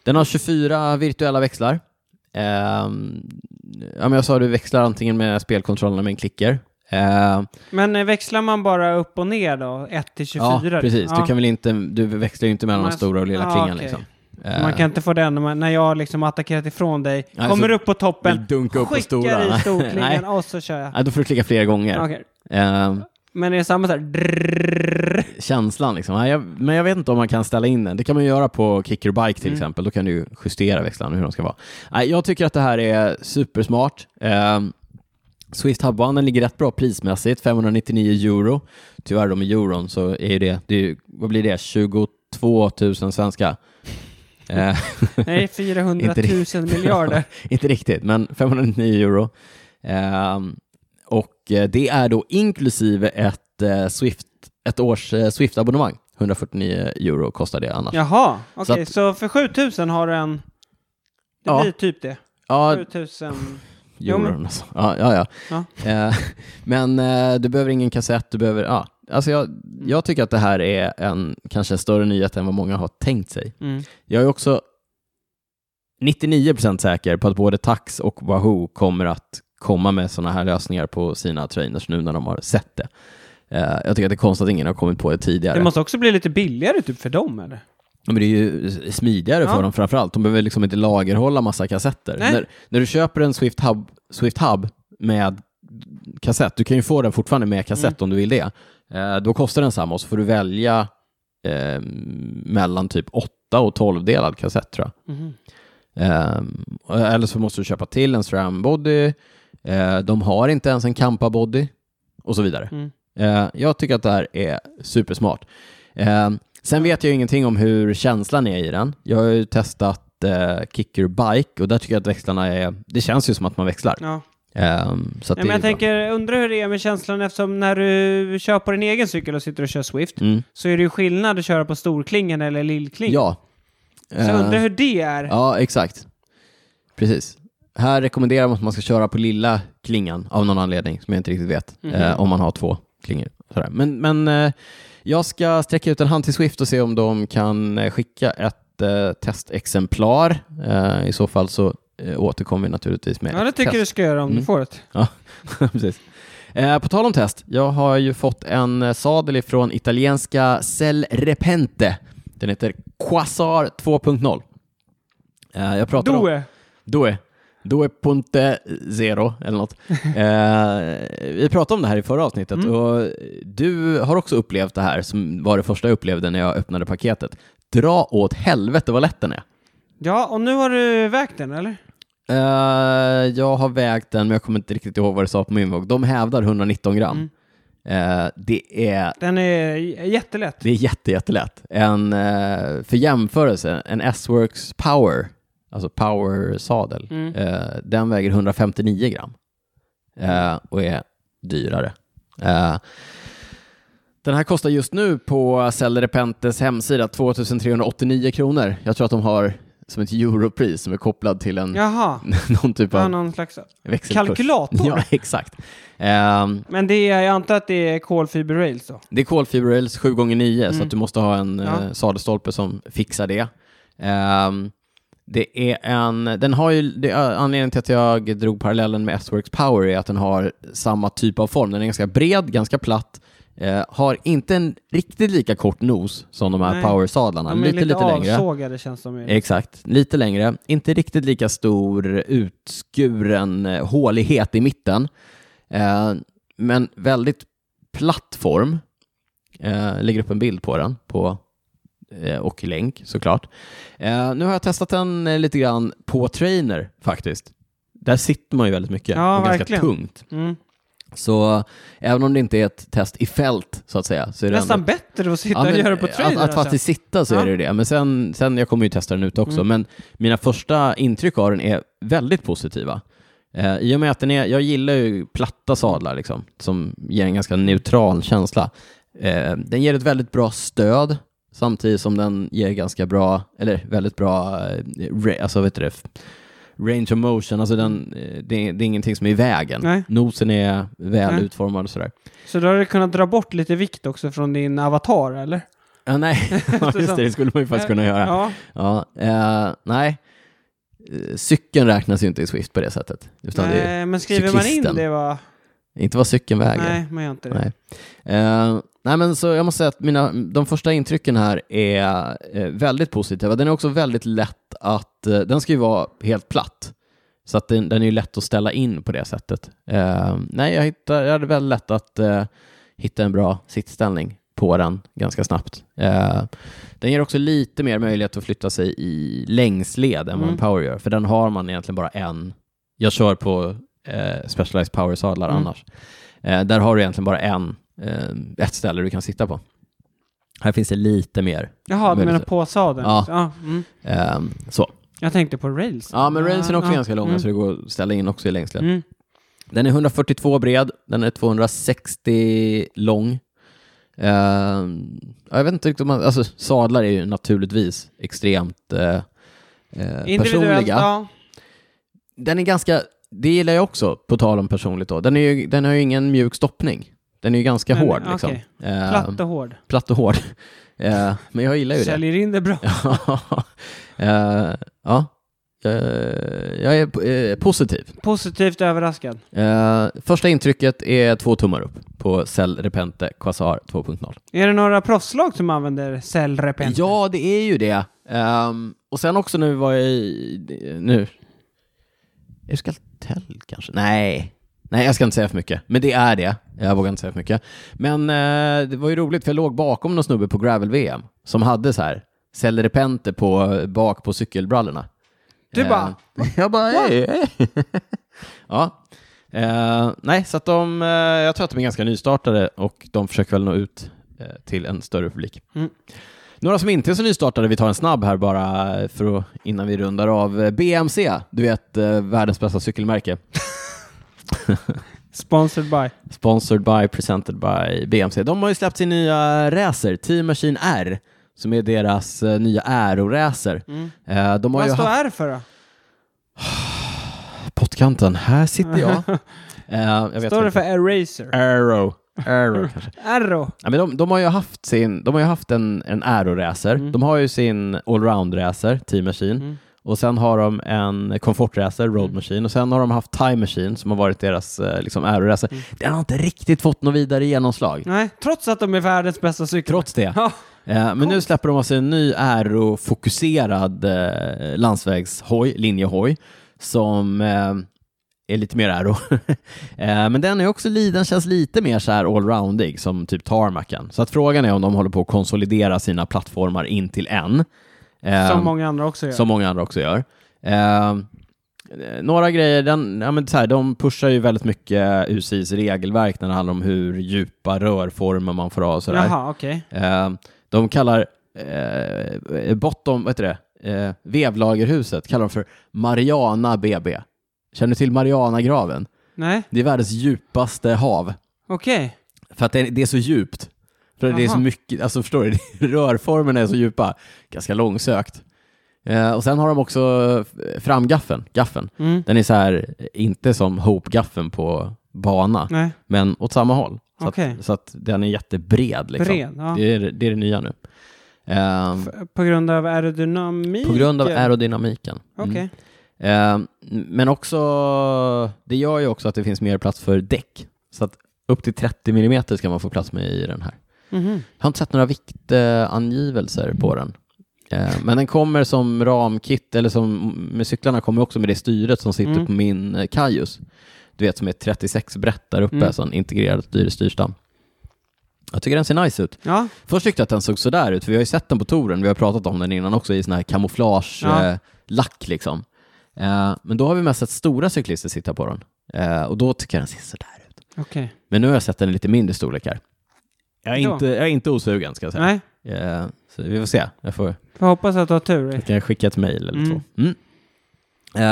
S2: Den har 24 virtuella växlar. Eh, ja, men jag sa du växlar antingen med spelkontrollerna med en klicker. Eh,
S1: Men eh, växlar man bara upp och ner då? 1 till 24?
S2: ja, precis. Du, kan väl inte, du växlar ju inte mellan
S1: Man-
S2: den stora och lilla
S1: ja,
S2: klingan.
S1: okej.
S2: Liksom.
S1: Man kan inte få den när man- när jag liksom har attackerat ifrån dig, kommer
S2: så
S1: upp på
S2: vill
S1: toppen,
S2: dunka upp på stora.
S1: skickar i
S2: Nej.
S1: storklingan och så kör jag.
S2: Ja, då får du klicka flera gånger.
S1: Okej.
S2: Eh,
S1: Men är det samma så här? drrrr?
S2: känslan liksom. Nej, jag, men jag vet inte om man kan ställa in den. Det kan man göra på kicker bike till exempel. Då kan du ju justera växlarna hur de ska vara. Nej, jag tycker att det här är supersmart. Eh, Swiss Hub One den ligger rätt bra prismässigt, 599 euro. Tyvärr då med euron så är ju det, det är ju, vad blir det, 22 000 svenska? Eh,
S1: Nej, 400
S2: Inte
S1: 000 miljarder.
S2: inte riktigt, men 599 euro. Ehm, och eh, det är då inklusive ett, eh, Swift, ett års eh, Swift-abonnemang. 149 euro kostar det annars.
S1: Jaha, okej.
S2: att-
S1: Så, för 7000 har du en... Det
S2: Ja.
S1: blir typ det.
S2: Ja,
S1: 7000... Jo, men-
S2: euron alltså. Ja, ja, ja.
S1: Ja.
S2: Eh, men eh, du behöver ingen kassett, du behöver... ja Alltså jag,
S1: Mm.
S2: jag tycker att det här är en kanske en större nyhet än vad många har tänkt sig.
S1: Mm.
S2: Jag är också 99% säker på att både Tax och Wahoo kommer att komma med sådana här lösningar på sina trainers nu när de har sett det. Eh, Jag tycker att det är konstigt att ingen har kommit på det tidigare.
S1: Det måste också bli lite billigare typ för dem, eller?
S2: Men det är ju smidigare
S1: Ja.
S2: för dem framförallt. De behöver liksom inte lagerhålla massa kassetter.
S1: Nej.
S2: När, när du köper en Swift Hub, Swift Hub med kassett, du kan ju få den fortfarande med
S1: Mm.
S2: kassett om du vill det. Eh, då kostar den samma och så får du välja eh, mellan typ 8 och 12 delad kassett tror jag.
S1: Mhm.
S2: Ehm, eller så måste du köpa till en SRAM body. Eh, de har inte ens en Kampa body och så vidare.
S1: Mm.
S2: Eh, jag tycker att det här är supersmart. Eh, sen vet jag ju ingenting om hur känslan är i den. Jag har ju testat eh, Kicker Bike och där tycker jag att växlarna är... Det känns ju som typ. att man växlar.
S1: Ja.
S2: Ehm, så att
S1: Nej, men
S2: det är
S1: jag
S2: bra.
S1: tänker, undrar hur det är med känslan eftersom när du kör på din egen cykel och sitter och kör Swift
S2: Mm.
S1: så är det ju skillnad att köra på storklingan eller lillklingan.
S2: Ja.
S1: Så jag undrar
S2: Eh,
S1: hur det är.
S2: Ja, exakt. Precis. Här rekommenderar man att man ska köra på lilla klingan av någon anledning som jag inte riktigt vet.
S1: Mhm.
S2: Eh, om man har två klingor. Sådär. Men, men eh, jag ska sträcka ut en hand till Swift och se om de kan eh, skicka ett eh, testexemplar. Eh, I så fall så eh, återkommer vi naturligtvis med
S1: Ja, det
S2: ett
S1: tycker
S2: test.
S1: du ska göra om
S2: Mm.
S1: du får det.
S2: Precis. Eh, på tal om test, jag har ju fått en eh, sadel ifrån italienska Cell Repente. Den heter Quasar 2.0. Eh, jag pratar om...
S1: Doe!
S2: Due. Due Punte Zero eller något. eh, vi pratade om det här i förra avsnittet
S1: Mm.
S2: och du har också upplevt det här som var det första jag upplevde när jag öppnade paketet. Dra åt helvete vad lätt den är.
S1: Ja, och nu har du vägt den, eller?
S2: Eh, jag har vägt den men jag kommer inte riktigt ihåg vad det sa på min våg. De hävdar 119
S1: Mm.
S2: gram. Eh, det är
S1: Den är j- jättelätt.
S2: Det är jätte, jättelätt. En, eh, för jämförelse, en S-Works Power, alltså Power-sadel,
S1: Mm.
S2: eh, den väger 159 gram eh, och är dyrare. Eh, den här kostar just nu på Cell Repentes hemsida 2389 kronor. Jag tror att de har som ett europris som är kopplad till en,
S1: Jaha,
S2: någon typ
S1: det var
S2: av
S1: någon slags...
S2: växelkurs.
S1: kalkylator.
S2: Ja, exakt. Ehm,
S1: Men det är, jag antar att det är kolfiber rails då?
S2: Det är kolfiberräls 7x9 så
S1: Mm.
S2: att du måste ha en
S1: Ja.
S2: eh, sadelstolpe som fixar det. Ehm, det är en, den har ju, det, är- anledningen till att jag drog parallellen med S-Works Power är att den har samma typ av form. Den är ganska bred, ganska platt, eh, har inte en riktigt lika kort nos som de här
S1: Nej.
S2: Power-sadlarna.
S1: De är
S2: Lite, lite, längre.
S1: avsågade känns de ju.
S2: Exakt, lite längre. Inte riktigt lika stor utskuren eh, hålighet i mitten. Eh, men väldigt platt form. Eh, lägger upp en bild på den på, eh, och länk såklart. Eh, nu har jag testat den eh, lite grann på trainer faktiskt. Där sitter man ju väldigt mycket
S1: Ja,
S2: och ganska
S1: verkligen.
S2: tungt.
S1: Mm.
S2: Så även om det inte är ett test i fält så att säga så är det ändå
S1: Nästan bättre att sitta
S2: Ja,
S1: och
S2: men
S1: göra det på trailern.
S2: Att, att faktiskt sitta så
S1: Ja. Mm.
S2: är det ju det. Men sen, sen, jag kommer ju testa den ute också, men mina första intryck av den är väldigt positiva. Eh, I och med att den är, jag gillar ju platta sadlar liksom, som ger en ganska neutral känsla. Eh, den ger ett väldigt bra stöd, samtidigt som den ger ganska bra, eller väldigt bra, eh, ra, alltså vet du det, range of motion, alltså den, eh, det, är- det är ingenting som är i vägen.
S1: Nej.
S2: Nosen är väl
S1: Nej.
S2: utformad och sådär.
S1: Så då har du kunnat dra bort lite vikt också från din avatar, eller?
S2: Ja, nej, Ja, just det, det skulle man ju faktiskt kunna göra.
S1: Ja.
S2: Ja, eh, nej. Eh, Cykeln räknas ju inte i Swift på det sättet. Utan det är
S1: Nej, men skriver man
S2: cyklisten.
S1: in det va?
S2: inte vad cykeln väger. Nej.
S1: Nej, man gör inte det.
S2: Nej. Eh, nej, men så jag måste säga att mina, de första intrycken här är eh, väldigt positiva. Den är också väldigt lätt att, eh, den ska ju vara helt platt. Så att den, den är ju lätt att ställa in på det sättet. Eh, nej, jag, hittar, jag hade väldigt lätt att eh, hitta en bra sittställning på den ganska snabbt. Eh, den ger också lite mer möjlighet att flytta sig i längsled än vad en
S1: Mm.
S2: power gör, för den har man egentligen bara en. Jag kör på eh, Specialized Power-sadlar annars. Eh, där har du egentligen bara en, eh, ett ställe du kan sitta på. Här finns det lite mer.
S1: Jaha, du
S2: Möjligt.
S1: menar på sadeln?
S2: Ja.
S1: mm.
S2: Eh, så.
S1: Jag tänkte på rails.
S2: Ja, men railsen är också
S1: ja.
S2: ganska långa
S1: Mm.
S2: så det går att ställa in också i längsled.
S1: Mm.
S2: Den är 142 bred, den är 260 lång. Eh, ja, jag vet inte riktigt om man, alltså sadlar är ju naturligtvis extremt eh, eh,
S1: Individuellt,
S2: personliga.
S1: ja.
S2: Den är ganska, det gillar jag också, på tal om personligt då. Den, är ju, den har ju ingen mjuk stoppning. Den är ju ganska
S1: Den-
S2: hård liksom.
S1: okej.
S2: Eh,
S1: Platt och hård.
S2: platt och hård. Eh, men jag gillar ju det.
S1: Säljer in det bra.
S2: Eh, ja, Eh, jag är eh, positiv.
S1: Positivt överraskad.
S2: Eh, första intrycket är två tummar upp på Cell Repente Quasar 2.0.
S1: Är det några proffslag som använder cellrepenter?
S2: Ja, det är ju det. Ehm, och sen också nu var jag i... Nu. Är det Skaltell kanske? Nej. Nej, jag ska inte säga för mycket. Men det är det. Jag vågar inte säga för mycket. Men eh, det var ju roligt, för jag låg bakom någon snubbe på Gravel-VM som hade så här Cell Repente på, bak på cykelbrallorna.
S1: Du
S2: Eh,
S1: bara,
S2: jag bara, hej, hej. ja. Eh, nej, så att de, eh, jag tror att de är ganska nystartade och de försöker väl nå ut eh, till en större publik.
S1: Mm.
S2: Några som inte är så nystartade, vi tar en snabb här bara eh, för att, innan vi rundar av. Eh, BMC, du vet eh, världens bästa cykelmärke.
S1: sponsored by.
S2: Sponsored by, presented by BMC. De har ju släppt sin nya racer, Team Machine R, som är deras eh, nya äroracer.
S1: Mm.
S2: Eh, de har
S1: Vad
S2: ju
S1: står
S2: haft
S1: R för då?
S2: pottkanten, här sitter jag. Eh, jag vet
S1: Står det
S2: inte. Mm.
S1: för eraser?
S2: Arrow.
S1: Mm.
S2: Arrow kanske.
S1: Arrow?
S2: Ja, men de, de har ju haft, sin, de har ju haft en, en Arrow-racer.
S1: Mm.
S2: De har ju sin allround-racer, Team Machine.
S1: Mm.
S2: Och sen har de en komfortracer, Road
S1: Mm.
S2: Machine. Och sen har de haft Time Machine som har varit deras eh, liksom, Arrow-racer.
S1: Mm.
S2: Den har inte riktigt fått något vidare genomslag.
S1: Nej, trots att de är världens bästa cykel.
S2: Trots det.
S1: Ja.
S2: Eh, men nu släpper de alltså en ny Arrow-fokuserad eh, landsvägshoj, linjehoj, som eh, är lite mer Arrow. eh, men den är också, li- den känns lite mer så här allroundig som typ Tarmacen. Så att frågan är om de håller på att konsolidera sina plattformar in till en. Eh,
S1: Som många andra också gör.
S2: som många andra också gör. Eh, några grejer, den, ja, men så här, de pushar ju väldigt mycket UCIs regelverk när det handlar om hur djupa rörformer man får ha och sådär.
S1: Jaha, okej.
S2: Eh, de kallar eh, bottom, vad heter det, eh, vevlagerhuset kallar de för Mariana BB. Känner du till Marianagraven?
S1: Nej,
S2: Det är världens djupaste hav.
S1: okej.
S2: För att det är, det är så djupt. För det är så
S1: Aha.
S2: mycket, alltså förstår du, rörformerna är så djupa. Ganska långsökt. Eh, och sen har de också eh, framgaffeln, gaffen.
S1: Mm.
S2: Den är så här, eh, inte som Hope-gaffen på bana,
S1: Nej,
S2: men åt samma håll. Så,
S1: Okej.
S2: att, så att den är jättebred liksom.
S1: bred. Ja.
S2: Det är det, är det nya nu. Ehm,
S1: F- På grund av aerodynamik?
S2: på grund av aerodynamiken.
S1: Okej.
S2: Mm. Ehm, men också, det gör ju också att det finns mer plats för däck. Så att upp till 30 mm ska man få plats med i den här.
S1: Mhm.
S2: Jag har inte sett några viktangivelser på den. Ehm, men den kommer som ramkit, eller som med cyklarna kommer också med det styret som sitter
S1: Mm.
S2: på min eh, Kajus. Du vet som är 36 brett där uppe,
S1: Mm.
S2: så en integrerad styr, styrstam. Jag tycker den ser nice ut.
S1: Ja,
S2: Först tyckte jag att den såg sådär ut, för vi har ju sett den på touren, vi har pratat om den innan också i sån här
S1: Ja.
S2: kamouflage-lack liksom. Eh, men då har vi mest sett stora cyklister sitta på den. Eh, och då tycker jag den ser sådär ut.
S1: okej.
S2: Men nu har jag sett den i lite mindre storlekar. Jag är,
S1: Ja.
S2: inte, jag är inte osugen ska jag säga.
S1: Nej,
S2: Eh, så vi får se. Jag får,
S1: får hoppas att du har tur.
S2: jag kan skicka ett mejl eller
S1: Mm.
S2: två. Mm.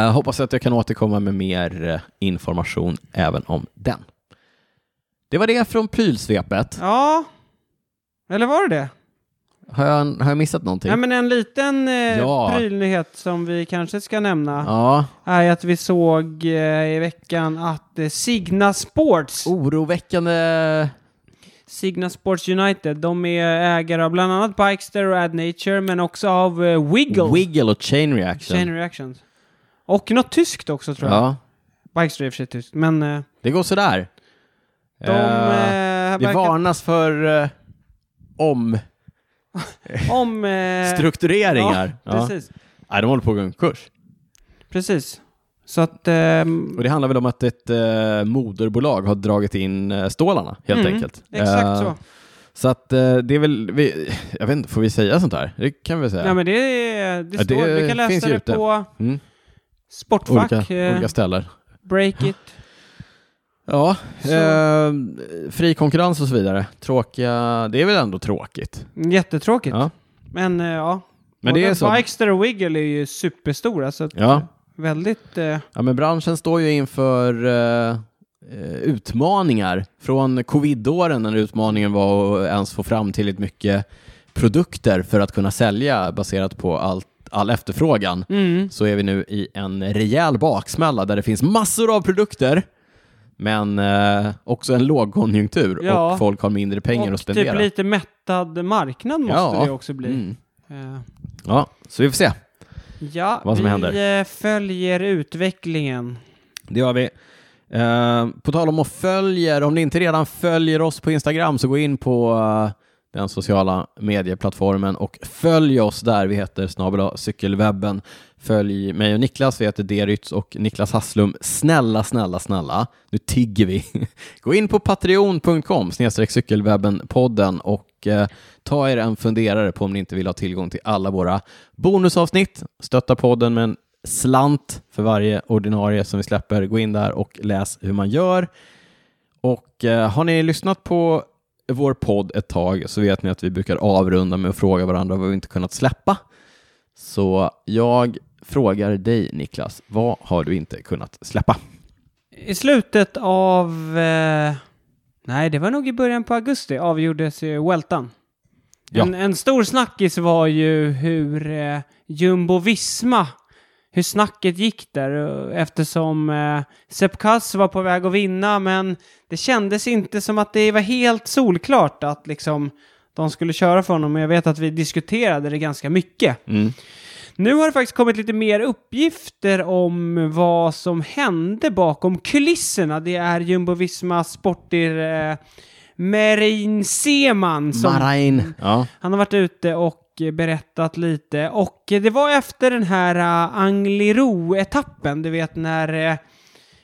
S2: Eh, hoppas att jag kan återkomma med mer eh, information även om den. Det var det från prylsvepet.
S1: Ja. Eller var det det?
S2: Har jag, har jag missat någonting?
S1: Ja, men en liten eh,
S2: Typ. Ja.
S1: prylnyhet som vi kanske ska nämna
S2: ja.
S1: är att vi såg eh, i veckan att eh, Signa Sports,
S2: Oh. Oroväckande...
S1: Signa Sports United, de är ägare av bland annat Bikester och Ad Nature, men också av eh, Wiggle,
S2: Wiggle och chain reaction.
S1: Chain Reactions. Och något tyskt också tror jag.
S2: ja,
S1: Bikester är i och för sig tyskt, men eh,
S2: det går sådär.
S1: de
S2: Eh,
S1: eh,
S2: det
S1: verkar
S2: varnas för eh,
S1: om... eh,
S2: omstruktureringar.
S1: Ja,
S2: Ja.
S1: Precis.
S2: Nej, de håller på att gå en kurs.
S1: precis. Så att... ehm,
S2: Och det handlar väl om att ett eh, moderbolag har dragit in eh, stålarna, helt
S1: Mm,
S2: enkelt. Eh,
S1: exakt så.
S2: Så att eh, det är väl, vi, jag vet inte, får vi säga sånt här? Det kan vi väl säga?
S1: Nej men det, är- det
S2: Ja,
S1: står,
S2: det
S1: du kan
S2: finns
S1: läsa
S2: ju
S1: det
S2: ute.
S1: på
S2: Mm.
S1: Sportfack,
S2: Olika,
S1: eh,
S2: olika ställen.
S1: Breakit,
S2: Ja,
S1: Så-
S2: eh, fri konkurrens och så vidare. Tråkiga, det är väl ändå tråkigt?
S1: Jättetråkigt.
S2: Ja.
S1: Men eh, ja.
S2: Men
S1: Både
S2: det är så.
S1: Bikester och Wiggle är ju superstora, så att
S2: Ja.
S1: väldigt... Eh,
S2: ja, men branschen står ju inför eh, eh, utmaningar. Från covidåren när utmaningen var att ens få fram tillräckligt mycket produkter för att kunna sälja baserat på allt, all efterfrågan.
S1: mm.
S2: Så är vi nu i en rejäl baksmälla där det finns massor av produkter men eh, också en lågkonjunktur
S1: Ja.
S2: och folk har mindre pengar att
S1: och
S2: spendera.
S1: typ lite mättad marknad måste
S2: Ja.
S1: det också bli.
S2: Mm.
S1: Eh,
S2: Ja, så vi får se.
S1: ja,
S2: Vad som
S1: vi
S2: händer.
S1: eh, följer utvecklingen.
S2: Det gör vi. Eh, på tal om att följer, om ni inte redan följer oss på Instagram så gå in på eh, den sociala medieplattformen och följ oss där. Vi heter snabel cykelwebben. Följ mig och Niklas, vi heter Derytz och Niklas Hasslum. Snälla, snälla, snälla, nu tigger vi. gå in på patreon.com snedstreck cykelwebben-podden och eh, ta er en funderare på om ni inte vill ha tillgång till alla våra bonusavsnitt. Stötta podden med en slant för varje ordinarie som vi släpper. Gå in där och läs hur man gör. Och eh, har ni lyssnat på vår podd ett tag så vet ni att vi brukar avrunda med att fråga varandra vad vi inte kunnat släppa. Så jag frågar dig Niklas, vad har du inte kunnat släppa?
S1: I slutet av... Eh, nej, det var nog i början på augusti avgjordes ju Weltan.
S2: Ja.
S1: En, en stor snackis var ju hur eh, Jumbo Visma, hur snacket gick där eh, eftersom eh, Sepkas var på väg att vinna men det kändes inte som att det var helt solklart att liksom de skulle köra för honom och jag vet att vi diskuterade det ganska mycket.
S2: Mm.
S1: Nu har det faktiskt kommit lite mer uppgifter om vad som hände bakom kulisserna. Det är Jumbo Visma Sportir eh, Merin Seman som
S2: Marain. Ja.
S1: han har varit ute och eh, berättat lite och eh, det var efter den här uh, Angliro-etappen, du vet när eh,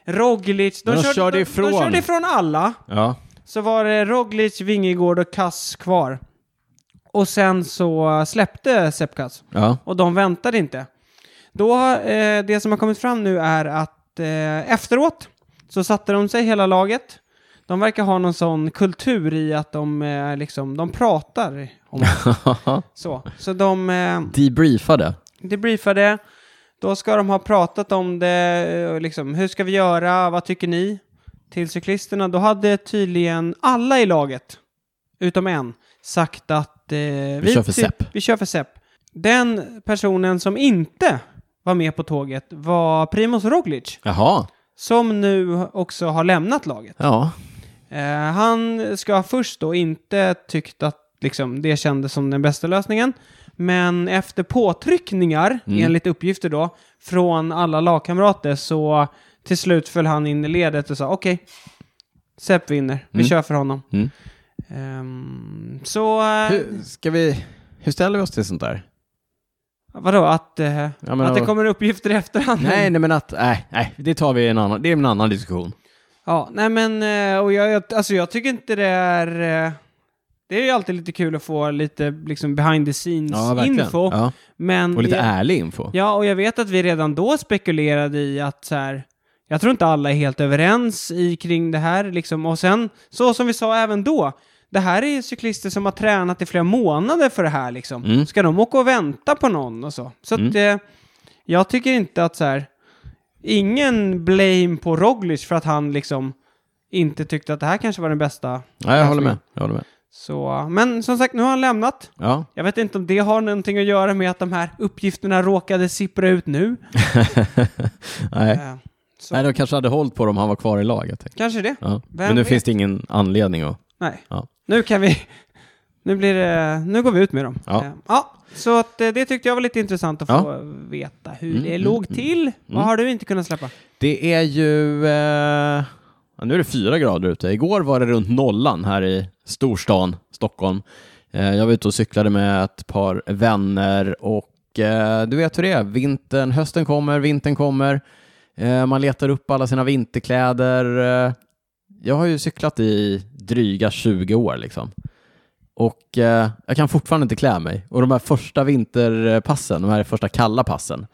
S1: Roglic,
S2: Men de körde
S1: de,
S2: ifrån.
S1: de körde ifrån alla.
S2: Ja.
S1: Så var det Roglic, Vingegård och Kass kvar. Och sen så eh, släppte Sepp Kass
S2: Ja.
S1: och de väntade inte. Då, eh, det som har kommit fram nu är att eh, efteråt så satte de sig hela laget. De verkar ha någon sån kultur i att de, eh, liksom, de pratar om så. Så de eh,
S2: Debriefade.
S1: debriefade, då ska de ha pratat om det, eh, och liksom, hur ska vi göra, vad tycker ni? Till cyklisterna, då hade tydligen alla i laget, utom en, sagt att eh, vi,
S2: kör för
S1: ty-
S2: Sepp.
S1: vi kör för Sepp. Den personen som inte var med på tåget var Primoz Roglic,
S2: Jaha.
S1: som nu också har lämnat laget.
S2: Ja.
S1: Eh, han ska först då inte tyckt att liksom, det kändes som den bästa lösningen. Men efter påtryckningar,
S2: Mm.
S1: enligt uppgifter då, från alla lagkamrater så till slut föll han in i ledet och sa okej, Sepp vinner, vi
S2: Mm.
S1: kör för honom.
S2: Mm.
S1: Ehm, så, eh,
S2: Hur, ska vi, hur ställer vi oss till sånt där?
S1: vadå, att, eh,
S2: Ja, men
S1: att det
S2: vad-
S1: kommer uppgifter i efterhand?
S2: Nej, nej men att, nej, nej, det tar vi i en annan, det är en annan diskussion.
S1: Ja, nej men, eh, och jag, jag, alltså jag tycker inte det är... eh, Det är ju alltid lite kul att få lite liksom behind the scenes info.
S2: Ja.
S1: Men
S2: Och lite
S1: jag,
S2: ärlig info.
S1: ja, och jag vet att vi redan då spekulerade i att så här, jag tror inte alla är helt överens i kring det här liksom. Och sen, så som vi sa även då, det här är ju cyklister som har tränat i flera månader för det här liksom.
S2: Mm.
S1: Ska de åka och vänta på någon och så? Så att, eh, jag tycker inte att så här, ingen blame på Roglic för att han liksom inte tyckte att det här kanske var den bästa.
S2: Ja, jag håller med. Jag håller med.
S1: Så, men som sagt, nu har han lämnat.
S2: Ja.
S1: Jag vet inte om det har någonting att göra med att de här uppgifterna råkade sippra ut nu.
S2: Nej.
S1: Eh, Så
S2: nej, de kanske hade hållit på dem om han var kvar i laget.
S1: kanske det.
S2: Ja.
S1: Vem
S2: Men nu
S1: vet?
S2: finns det ingen anledning att...
S1: Nej.
S2: Ja.
S1: Nu kan vi... Nu blir det... Nu går vi ut med dem.
S2: Ja.
S1: Eh, ja så att eh, det tyckte jag var lite intressant att få veta hur
S2: Mm,
S1: det låg till. Vad har du inte kunnat släppa?
S2: Det är ju... Eh... Ja, nu är det fyra grader ute. Igår var det runt nollan här i storstan Stockholm. Eh, jag var ute och cyklade med ett par vänner och eh, du vet hur det är. Vintern, hösten kommer, vintern kommer. Eh, man letar upp alla sina vinterkläder. Eh, jag har ju cyklat i dryga 20 år liksom. Och eh, jag kan fortfarande inte klä mig. Och de här första vinterpassen, de här första kalla passen,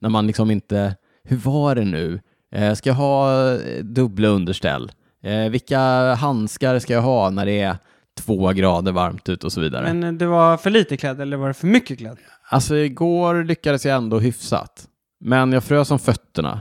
S2: när man liksom inte, hur var det nu? Eh, ska jag ha eh, dubbla underställ? Eh, vilka handskar ska jag ha när det är två grader varmt ute och så vidare?
S1: Men eh, det var för lite klädd eller var det för mycket klädd?
S2: Alltså igår lyckades jag ändå hyfsat. Men jag frös om fötterna.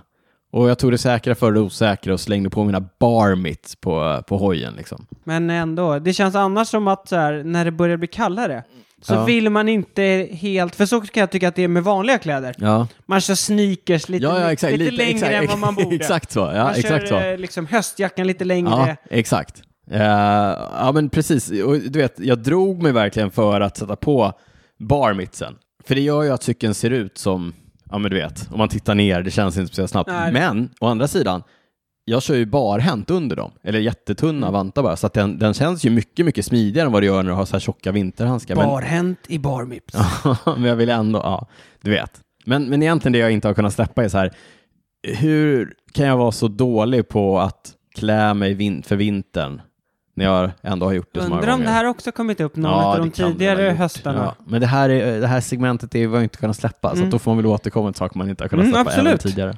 S2: Och jag tog det säkra för det osäkra och slängde på mina barmits på, på hojen liksom.
S1: Men ändå, det känns annars som att så här, när det börjar bli kallare så
S2: Ja.
S1: vill man inte helt, för så kan jag tycka att det är med vanliga kläder.
S2: Ja,
S1: Man kör sneakers lite,
S2: ja, ja exakt.
S1: lite, längre
S2: exakt,
S1: än vad man borde.
S2: exakt så. Ja,
S1: man
S2: exakt så.
S1: kör eh, liksom höstjackan lite längre.
S2: Ja, exakt. Eh, ja, men precis. Och du vet, jag drog mig verkligen för att sätta på barmitsen. För det gör ju att cykeln ser ut som, ja men du vet, om man tittar ner, det känns inte speciellt snabbt.
S1: Nej.
S2: Men å andra sidan, jag kör ju barhänt under dem, eller
S1: Mm.
S2: jättetunna vantar bara, så att den, den känns ju mycket, mycket smidigare än vad det gör när du har så här tjocka vinterhandskar. Men-
S1: Barhänt i barmips.
S2: men jag vill ändå, ja, du vet. Men, men egentligen det jag inte har kunnat släppa är så här, hur kan jag vara så dålig på att klä mig vin- för vintern när jag ändå har gjort det så många
S1: Undrar om
S2: gånger?
S1: det här också kommit upp någon av de
S2: det kan det
S1: tidigare
S2: väl gjort.
S1: höstarna.
S2: Ja, men det här, är, det här segmentet är vad jag inte kunnat släppa, så
S1: Mm.
S2: att då får man väl återkomma till saker man inte har kunnat
S1: Mm,
S2: släppa även
S1: absolut.
S2: tidigare.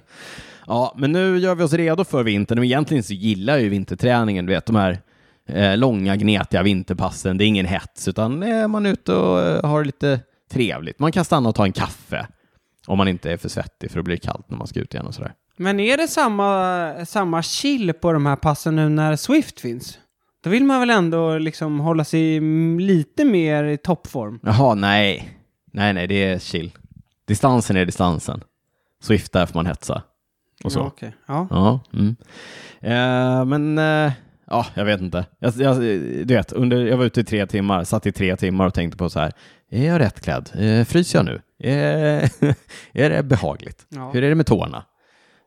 S2: Ja, men nu gör vi oss redo för vintern, men egentligen så gillar jag ju vinterträningen, du vet de här eh, långa gnetiga vinterpassen, det är ingen hets, utan eh, man är ute och eh, har det lite trevligt. Man kan stanna och ta en kaffe om man inte är för svettig, för då blir det kallt när man ska ut igen och sådär.
S1: Men är det samma, samma chill på de här passen nu när Swift finns? Då vill man väl ändå liksom hålla sig mm, lite mer i toppform?
S2: Jaha, nej. Nej, nej, det är chill. Distansen är distansen. Swifta får man hetsa. Och så.
S1: Ja, okej. ja.
S2: Ja, mm. eh, men eh, ja, jag vet inte. Jag, jag, du vet, under, jag var ute i tre timmar, satt i tre timmar och tänkte på så här, är jag rätt klädd? Eh, fryser jag nu? Eh, är det behagligt?
S1: Ja.
S2: Hur är det med tårna?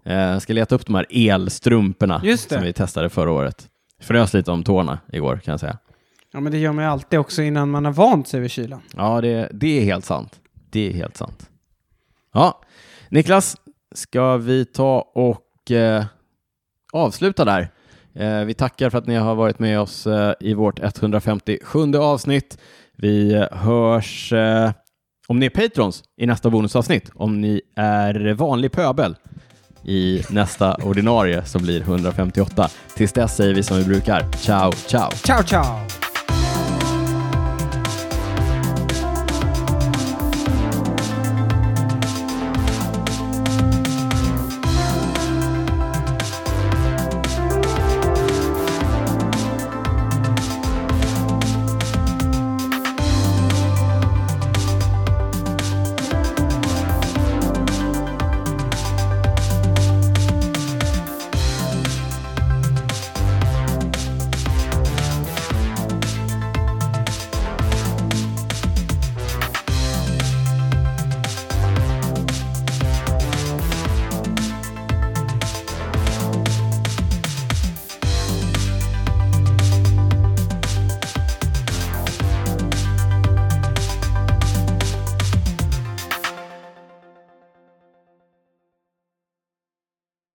S2: Eh, jag ska leta upp de här elstrumporna
S1: Just det.
S2: som vi testade förra året. Frös lite om tårna igår kan jag säga.
S1: ja, men det gör man ju alltid också innan man har vant sig vid kylan.
S2: Ja, det, det är helt sant. Det är helt sant. Ja, Niklas, ska vi ta och eh, avsluta där? Eh, vi tackar för att ni har varit med oss eh, i vårt 157 avsnitt. Vi eh, hörs eh, om ni är patrons i nästa bonusavsnitt, om ni är vanlig pöbel i nästa ordinarie som blir 158. Tills dess säger vi som vi brukar, ciao, ciao.
S1: Ciao, ciao!